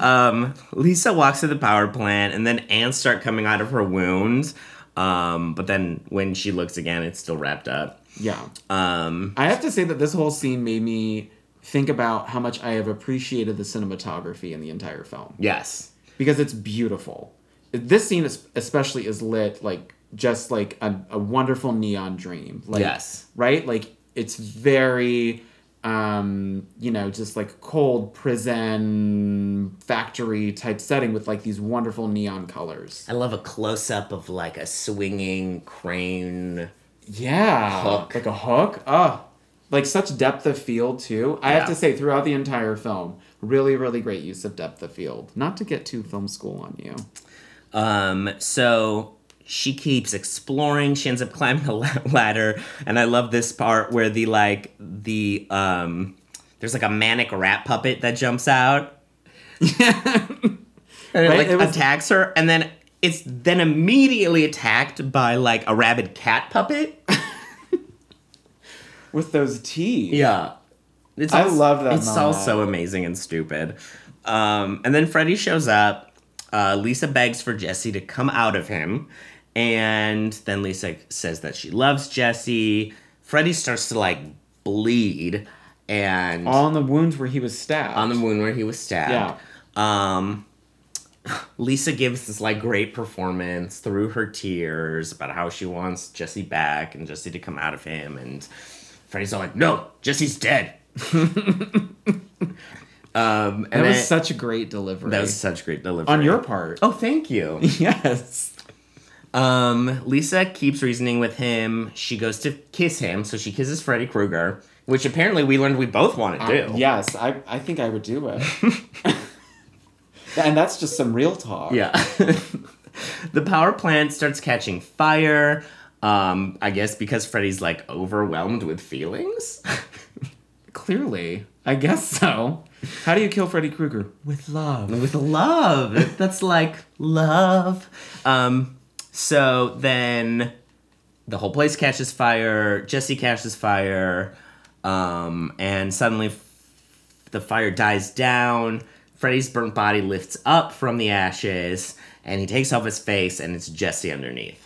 Speaker 1: um, Lisa walks to the power plant, and then ants start coming out of her wounds. Um, but then when she looks again, it's still wrapped up.
Speaker 2: Yeah,
Speaker 1: Um,
Speaker 2: I have to say that this whole scene made me think about how much I have appreciated the cinematography in the entire film
Speaker 1: yes.
Speaker 2: because it's beautiful. This scene is, especially is lit like just like a, a wonderful neon dream. Like,
Speaker 1: Yes.
Speaker 2: right? Like it's very um, you know, just like cold prison factory type setting with like these wonderful neon colors.
Speaker 1: I love a close up of like a swinging crane.
Speaker 2: Yeah.
Speaker 1: Hook.
Speaker 2: Like a hook. Oh. Like such depth of field too. I
Speaker 1: Yeah.
Speaker 2: have to say throughout the entire film, really, really great use of depth of field. Not to get too film school on you.
Speaker 1: Um, so she keeps exploring. She ends up climbing a la- <laughs> ladder, and I love this part where the like the um, there's like a manic rat puppet that jumps
Speaker 2: <laughs>
Speaker 1: out, and it,
Speaker 2: Right,
Speaker 1: like
Speaker 2: it was-
Speaker 1: attacks her, and then it's then immediately attacked by like a rabid cat puppet.
Speaker 2: With those teeth.
Speaker 1: Yeah. It's
Speaker 2: I
Speaker 1: als-
Speaker 2: love that
Speaker 1: It's
Speaker 2: moment.
Speaker 1: also amazing and stupid. Um, and then Freddy shows up. Uh, Lisa begs for Jesse to come out of him. And then Lisa says that she loves Jesse. Freddy starts to like bleed and
Speaker 2: All in the wounds where he was stabbed.
Speaker 1: on the wound where he was stabbed.
Speaker 2: Yeah.
Speaker 1: Um, <sighs> Lisa gives this like great performance through her tears about how she wants Jesse back and Jesse to come out of him, and Freddy's all like, "No, Jesse's dead." <laughs> um, and
Speaker 2: that
Speaker 1: then-
Speaker 2: was such a great delivery.
Speaker 1: that was such great delivery
Speaker 2: on your part.
Speaker 1: Oh, thank you.
Speaker 2: <laughs> Yes.
Speaker 1: Um, Lisa keeps reasoning with him. She goes to kiss him, so she kisses Freddy Krueger, which apparently we learned we both want
Speaker 2: Uh,
Speaker 1: to do.
Speaker 2: Yes, I, I think I would
Speaker 1: <laughs>
Speaker 2: do it. and that's just some real talk.
Speaker 1: Yeah. <laughs> the power plant starts catching fire. Um, I guess because Freddy's like overwhelmed with feelings. <laughs>
Speaker 2: Clearly. I guess so. How do you kill Freddy Krueger? With love.
Speaker 1: with love. That's like love. Um, so then the whole place catches fire. Jesse catches fire. Um, and suddenly f- the fire dies down. Freddy's burnt body lifts up from the ashes and he takes off his face and it's Jesse underneath.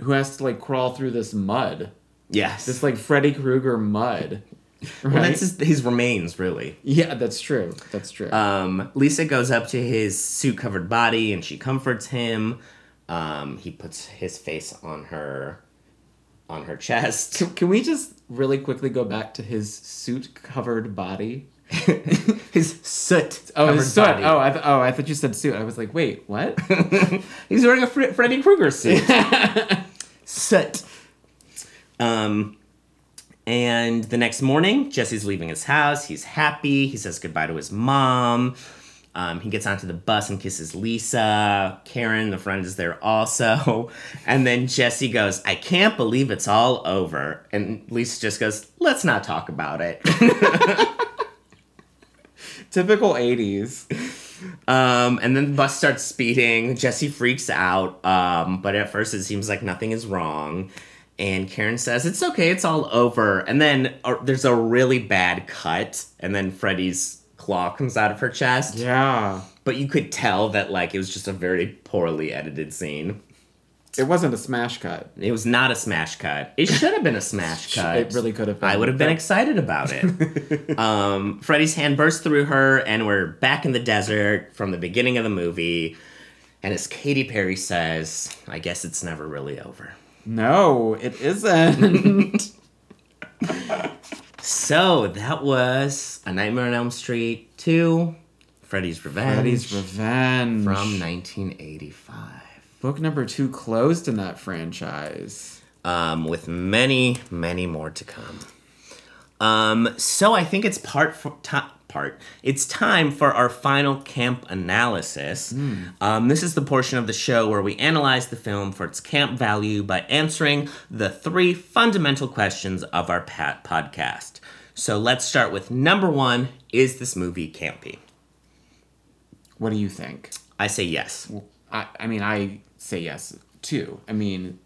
Speaker 2: Who has to like crawl through this mud?
Speaker 1: Yes.
Speaker 2: This like Freddy Krueger mud. Right?
Speaker 1: Well, that's his, his remains, really.
Speaker 2: yeah, that's true. That's true.
Speaker 1: Um, Lisa goes up to his suit covered body and she comforts him. Um, he puts his face on her, on her chest. <laughs>
Speaker 2: can, can we just really quickly go back to his suit covered body?
Speaker 1: his soot.
Speaker 2: Oh, his
Speaker 1: covered
Speaker 2: suit. Oh, I th- oh, I thought you said suit. I was like, wait, what?
Speaker 1: He's wearing a Fre- Freddy Krueger suit. <laughs> Soot. Um, and the next morning, Jesse's leaving his house. He's happy. He says goodbye to his mom. Um, he gets onto the bus and kisses Lisa. Karen, the friend, is there also. <laughs> And then Jesse goes, I can't believe it's all over. And Lisa just goes, Let's not talk about it.
Speaker 2: <laughs>
Speaker 1: <laughs>
Speaker 2: Typical 80s.
Speaker 1: Um, and then the bus starts speeding. Jesse freaks out, um, but at first it seems like nothing is wrong. And Karen says, It's okay, it's all over. And then uh, there's a really bad cut, and then Freddy's claw comes out of her chest.
Speaker 2: Yeah.
Speaker 1: But you could tell that, like, it was just a very poorly edited scene.
Speaker 2: It wasn't a smash cut.
Speaker 1: It was not a smash cut. It should have been a smash cut.
Speaker 2: It really could have been.
Speaker 1: I would have been excited about it.
Speaker 2: <laughs>
Speaker 1: um, Freddy's hand bursts through her, and we're back in the desert from the beginning of the movie. And as Katy Perry says, I guess it's never really over.
Speaker 2: No, it isn't.
Speaker 1: So that was A Nightmare on Elm Street 2, Freddy's Revenge
Speaker 2: <laughs> Freddy's Revenge.
Speaker 1: from 1985,
Speaker 2: Book number two closed in that franchise.
Speaker 1: um, with many, many more to come. Um, so I think it's part for ti- part. It's time for our final camp analysis. Um, this is the portion of the show where we analyze the film for its camp value by answering the three fundamental questions of our pat- podcast. So let's start with number one: Is this movie campy?
Speaker 2: What do you think?
Speaker 1: I say yes.
Speaker 2: I, I mean, I say yes too. I mean,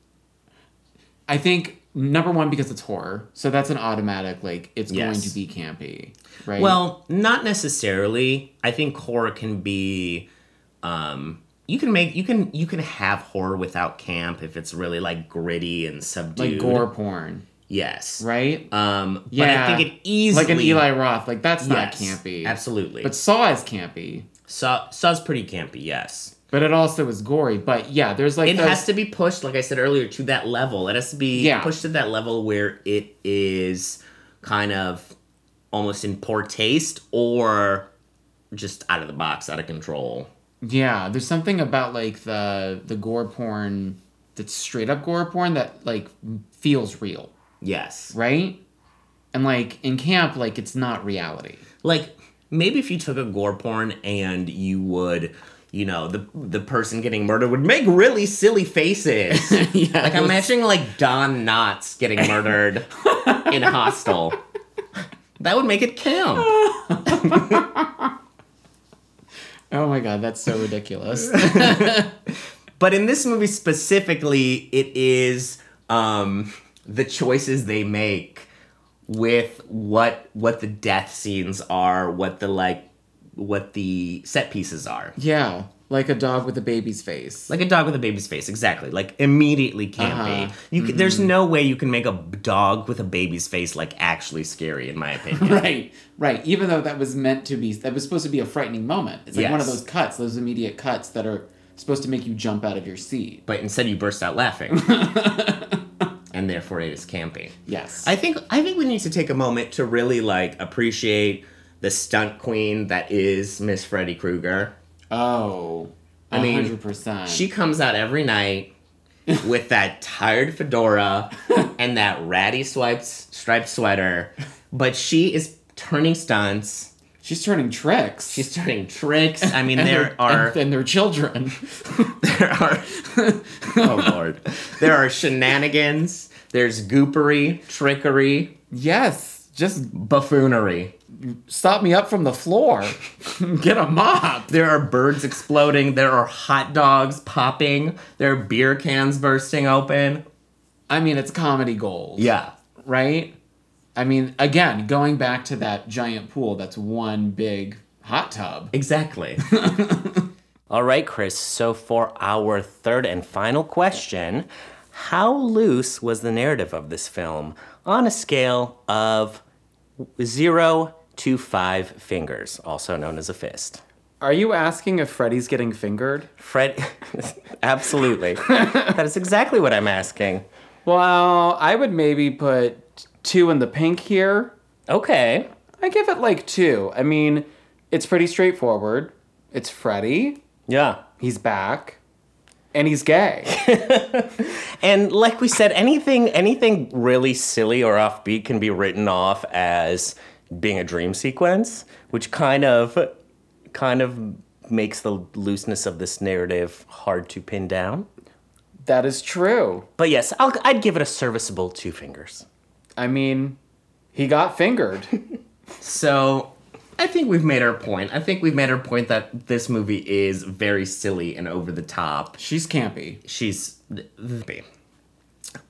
Speaker 2: I think number one because it's horror, so that's an automatic like it's going
Speaker 1: Yes.
Speaker 2: to be campy, right?
Speaker 1: Well, not necessarily. I think horror can be um you can make you can you can have horror without camp if it's really like gritty and
Speaker 2: like
Speaker 1: subdued.
Speaker 2: gore porn,
Speaker 1: Yes.
Speaker 2: right?
Speaker 1: Um but
Speaker 2: Yeah.
Speaker 1: I think it easily
Speaker 2: like an Eli Roth, like that's
Speaker 1: yes,
Speaker 2: not campy.
Speaker 1: Absolutely.
Speaker 2: But Saw is campy,
Speaker 1: Saw Saw's pretty campy, yes.
Speaker 2: but it also is gory. But yeah, there's like
Speaker 1: It
Speaker 2: those-
Speaker 1: has to be pushed, like I said earlier, to that level. It has to be
Speaker 2: Yeah.
Speaker 1: pushed to that level where it is kind of almost in poor taste or just out of the box, out of control.
Speaker 2: Yeah, there's something about like the the gore porn that's straight up gore porn that like feels real,
Speaker 1: Yes.
Speaker 2: right? And like in camp, like it's not reality.
Speaker 1: like maybe if you took a gore porn and you would you know the the person getting murdered would make really silly faces
Speaker 2: yeah,
Speaker 1: like i'm imagining like don knotts getting murdered in hostel that would make it count
Speaker 2: Oh my god, that's so
Speaker 1: <laughs>
Speaker 2: ridiculous.
Speaker 1: but in this movie specifically it is um the choices they make with what what the death scenes are what the like what the set pieces are
Speaker 2: yeah, like a dog with a
Speaker 1: <laughs>
Speaker 2: baby's face.
Speaker 1: like a dog with a baby's face exactly like immediately campy
Speaker 2: Uh-huh.
Speaker 1: you can, there's no way you can make a b- dog with a baby's face like actually scary in my opinion <laughs>
Speaker 2: right, right. Even though that was meant to be, that was supposed to be a frightening moment. It's like one of
Speaker 1: Yes.
Speaker 2: those cuts, those immediate cuts that are supposed to make you jump out of your seat.
Speaker 1: but instead you burst out <laughs> laughing and therefore it is campy
Speaker 2: Yes.
Speaker 1: i think i think we need to take a moment to really like appreciate the stunt queen that is miss freddy krueger
Speaker 2: oh,
Speaker 1: I mean,
Speaker 2: 100%.
Speaker 1: she comes out every <laughs> night with that tired <laughs> fedora and that ratty swiped striped sweater but she is turning stunts
Speaker 2: she's turning tricks.
Speaker 1: She's turning tricks. I mean,
Speaker 2: <laughs> and
Speaker 1: there
Speaker 2: their-
Speaker 1: are
Speaker 2: and, and their children. <laughs>
Speaker 1: <laughs> there are oh lord, there are shenanigans. There's goopery, trickery,
Speaker 2: yes, just
Speaker 1: buffoonery.
Speaker 2: stop me up from the
Speaker 1: <laughs>
Speaker 2: floor. Get a mop.
Speaker 1: There are birds exploding. There are hot dogs popping. There are beer cans bursting open.
Speaker 2: I mean, it's comedy gold,
Speaker 1: Yeah,
Speaker 2: right? I mean, again, going back to that giant pool that's one big hot tub.
Speaker 1: exactly. <laughs> All right, Chris. So for our third and final question, how loose was the narrative of this film on a scale of zero to five fingers, also known as a fist?
Speaker 2: Are you asking if Freddy's getting fingered?
Speaker 1: Fred, <laughs> absolutely. that is exactly what I'm asking.
Speaker 2: Well, I would maybe put two in the pink here.
Speaker 1: Okay.
Speaker 2: I give it like two. I mean, it's pretty straightforward. It's Freddy.
Speaker 1: Yeah.
Speaker 2: He's back. And he's gay. <laughs>
Speaker 1: And like we said, anything anything really silly or offbeat can be written off as being a dream sequence, which kind of kind of makes the looseness of this narrative hard to pin down.
Speaker 2: that is true.
Speaker 1: But yes, I'll, I'd give it a serviceable two fingers.
Speaker 2: I mean, he got fingered.
Speaker 1: So I think we've made our point. I think we've made our point that this movie is very silly and over the top.
Speaker 2: <laughs> She's campy.
Speaker 1: She's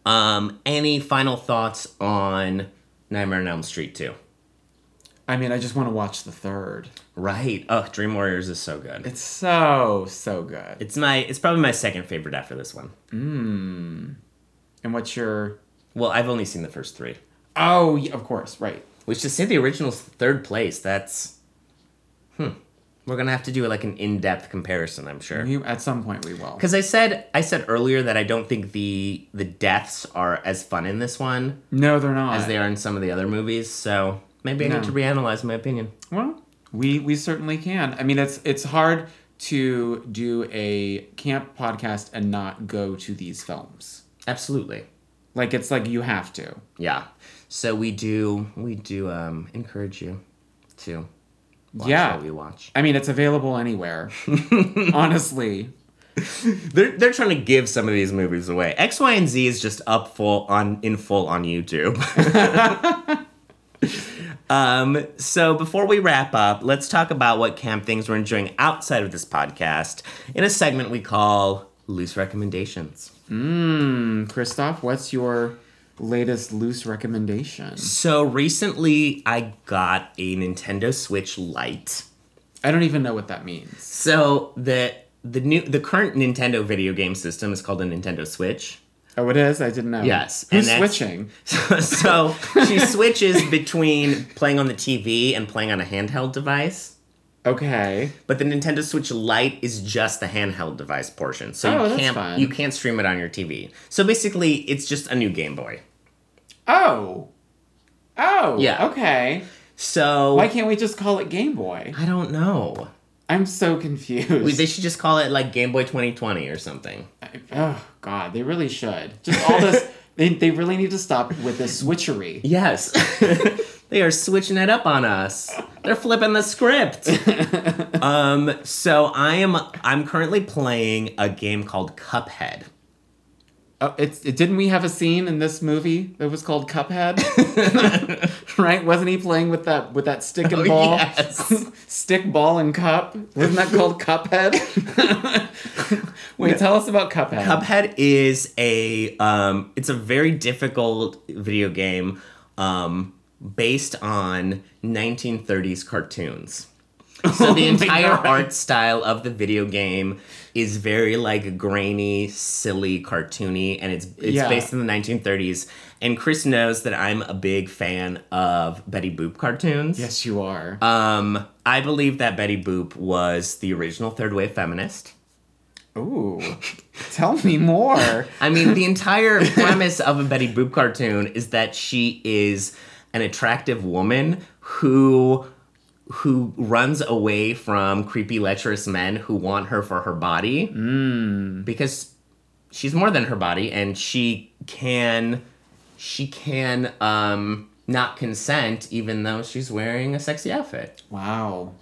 Speaker 1: um any final thoughts on Nightmare on Elm Street 2?
Speaker 2: I mean, I just want to watch the third.
Speaker 1: Right. Oh, Dream Warriors is so good.
Speaker 2: It's so, so good.
Speaker 1: It's my it's probably my second favorite after this one.
Speaker 2: And what's your.
Speaker 1: Well, I've only seen the first 3.
Speaker 2: Oh, yeah, of course, right.
Speaker 1: Which to say the original's third place, that's hmm. We're going to have to do like an in-depth comparison, I'm sure.
Speaker 2: You, at some point, we will.
Speaker 1: Cuz I said I said earlier that I don't think the the deaths are as fun in this one
Speaker 2: No, they're not.
Speaker 1: as they are in some of the other movies, so maybe I
Speaker 2: No.
Speaker 1: need to reanalyze my opinion.
Speaker 2: Well, we we certainly can. I mean, it's it's hard to do a camp podcast and not go to these films.
Speaker 1: Absolutely.
Speaker 2: Like it's like you have to.
Speaker 1: Yeah. So we do we do um, encourage you to watch
Speaker 2: Yeah.
Speaker 1: what we watch.
Speaker 2: I mean, it's available
Speaker 1: <laughs>
Speaker 2: anywhere. Honestly,
Speaker 1: They're they're trying to give some of these movies away. X, Y, and Z is just up full on in full on YouTube. <laughs> um, so before we wrap up, let's talk about what camp things we're enjoying outside of this podcast in a segment we call Loose Recommendations.
Speaker 2: Mm, Christoph, what's your latest loose recommendation?
Speaker 1: So recently I got a Nintendo Switch Lite.
Speaker 2: I don't even know what that means.
Speaker 1: So the the new the current Nintendo video game system is called a Nintendo Switch.
Speaker 2: Oh, it is. I didn't know.
Speaker 1: Yes, and
Speaker 2: who's
Speaker 1: that's-
Speaker 2: switching?
Speaker 1: <laughs> so she switches between playing on the TV and playing on a handheld device.
Speaker 2: Okay.
Speaker 1: But the Nintendo Switch Lite is just the handheld device portion, so
Speaker 2: Oh,
Speaker 1: you
Speaker 2: that's
Speaker 1: can't
Speaker 2: fun.
Speaker 1: you can't stream it on your TV. So basically, it's just a new Game Boy.
Speaker 2: Oh. Oh.
Speaker 1: Yeah.
Speaker 2: Okay.
Speaker 1: So
Speaker 2: Why can't we just call it Game Boy?
Speaker 1: I don't know.
Speaker 2: I'm so confused.
Speaker 1: We- They should just call it like Game Boy 2020 or something.
Speaker 2: I- oh God, they really should. Just all this. <laughs> they they really need to stop with this switchery.
Speaker 1: Yes, <laughs> they are switching it up on us. They're flipping the
Speaker 2: <laughs>
Speaker 1: script. um, so I am I'm currently playing a game called Cuphead. <laughs>
Speaker 2: Oh, it's it, didn't we have a scene in this movie that was called Cuphead?
Speaker 1: <laughs>
Speaker 2: right? Wasn't he playing with that with that stick and
Speaker 1: Oh,
Speaker 2: ball?
Speaker 1: yes.
Speaker 2: <laughs> stick, ball, and cup. Wasn't that called Cuphead? <laughs> Wait, tell us about Cuphead.
Speaker 1: Cuphead is a um, it's a very difficult video game um, based on 1930s cartoons. So the
Speaker 2: Oh my
Speaker 1: entire
Speaker 2: God.
Speaker 1: art style of the video game is very like grainy, silly, cartoony, and it's it's
Speaker 2: Yeah.
Speaker 1: based in the 1930s. And Chris knows that I'm a big fan of Betty Boop cartoons.
Speaker 2: yes, you are.
Speaker 1: Um, I believe that Betty Boop was the original third wave feminist.
Speaker 2: Ooh, tell me more.
Speaker 1: I mean, the entire premise of a Betty Boop cartoon is that she is an attractive woman who who runs away from creepy lecherous men who want her for her body because she's more than her body and she can she can um not consent even though she's wearing a sexy outfit
Speaker 2: Wow,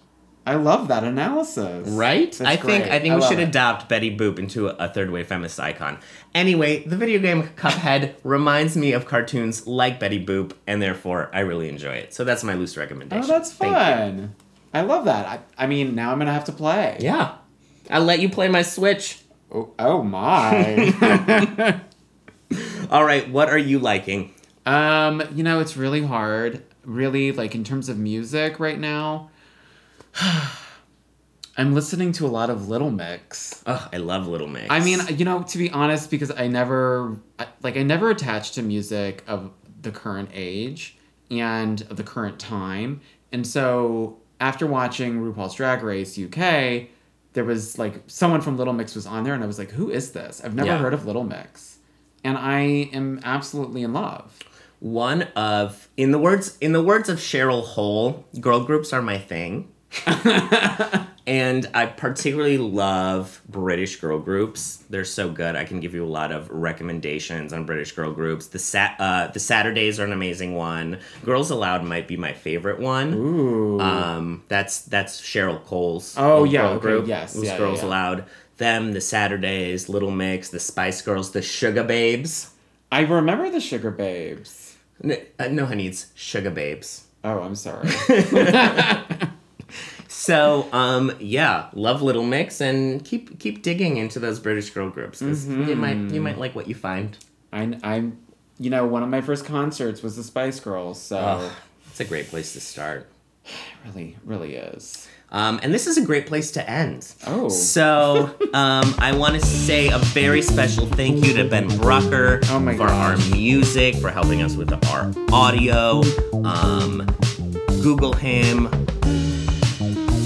Speaker 2: I love that analysis.
Speaker 1: right
Speaker 2: That's
Speaker 1: i think
Speaker 2: great.
Speaker 1: i think we
Speaker 2: love
Speaker 1: should
Speaker 2: it.
Speaker 1: adopt betty boop into a third wave feminist icon anyway the video game cuphead reminds me of cartoons like betty boop and therefore i really enjoy it so that's my loose recommendation
Speaker 2: Oh, that's
Speaker 1: Thank you.
Speaker 2: fun. I love that. I, I mean, now I'm gonna have to play.
Speaker 1: yeah i'll let you play my switch
Speaker 2: Oh, oh my. <laughs>
Speaker 1: all right what are you liking
Speaker 2: um, you know, it's really hard. Really, like in terms of music right now. <sighs> I'm listening to a lot of Little Mix.
Speaker 1: oh i love little mix
Speaker 2: I mean, you know, to be honest, because I never, I- like, I never attached to music of the current age and of the current time. And so after watching RuPaul's Drag Race UK, there was like someone from Little Mix was on there, and I was like, who is this? I've never
Speaker 1: Yeah.
Speaker 2: heard of Little Mix. And I am absolutely in love.
Speaker 1: one of in the words in the words of Cheryl Hole, girl groups are my
Speaker 2: <laughs>
Speaker 1: thing. and I particularly love British girl groups. They're so good. I can give you a lot of recommendations on British girl groups. The sat uh, the Saturdays are an amazing one. Girls Aloud might be my favorite one.
Speaker 2: Ooh.
Speaker 1: Um, that's that's Cheryl Cole's.
Speaker 2: Oh,
Speaker 1: old
Speaker 2: yeah,
Speaker 1: girl
Speaker 2: okay,
Speaker 1: group.
Speaker 2: yes,
Speaker 1: It was
Speaker 2: yeah, yeah,
Speaker 1: Girls
Speaker 2: yeah.
Speaker 1: Aloud. Them, the Saturdays, Little Mix, the Spice Girls, the Sugar Babes.
Speaker 2: I remember the Sugar Babes.
Speaker 1: N- uh, no, honey, it's Sugar Babes.
Speaker 2: Oh, I'm sorry.
Speaker 1: So, um, yeah, love Little Mix and keep keep digging into those British girl groups. 'cause You
Speaker 2: Mm-hmm.
Speaker 1: might you might like what you find.
Speaker 2: I, I'm, you know, one of my first concerts was the Spice Girls, so
Speaker 1: It's a great place to start.
Speaker 2: it really, really is.
Speaker 1: Um, and this is a great place to end.
Speaker 2: Oh.
Speaker 1: So, um, I want to say a very special thank you to Ben Brucker
Speaker 2: Oh my
Speaker 1: for our
Speaker 2: gosh.
Speaker 1: music, for helping us with our audio. Um, Google him.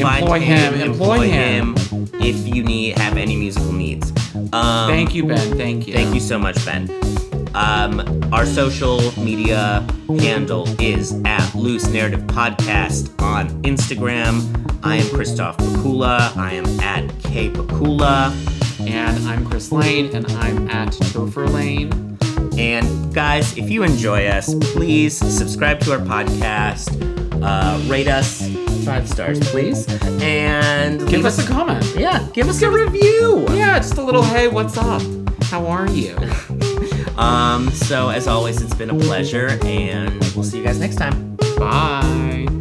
Speaker 1: Find
Speaker 2: Employ him, employ him.
Speaker 1: if you need have any musical needs. Um,
Speaker 2: Thank you, Ben. Thank you.
Speaker 1: Thank you so much, Ben. Um, our social media handle is at Loose Narrative Podcast on Instagram. I am Christoph Pakula. I am at K Pakula.
Speaker 2: And I'm Chris Lane, and I'm at Topher Lane.
Speaker 1: And guys, if you enjoy us, please subscribe to our podcast, uh, rate us five stars, please, and
Speaker 2: Give
Speaker 1: leave
Speaker 2: us a comment.
Speaker 1: yeah, give us a review.
Speaker 2: Yeah, just a little hey, what's up? How are
Speaker 1: <laughs>
Speaker 2: you?
Speaker 1: Um, so as always, it's been a pleasure, and we'll see you guys next time.
Speaker 2: Bye.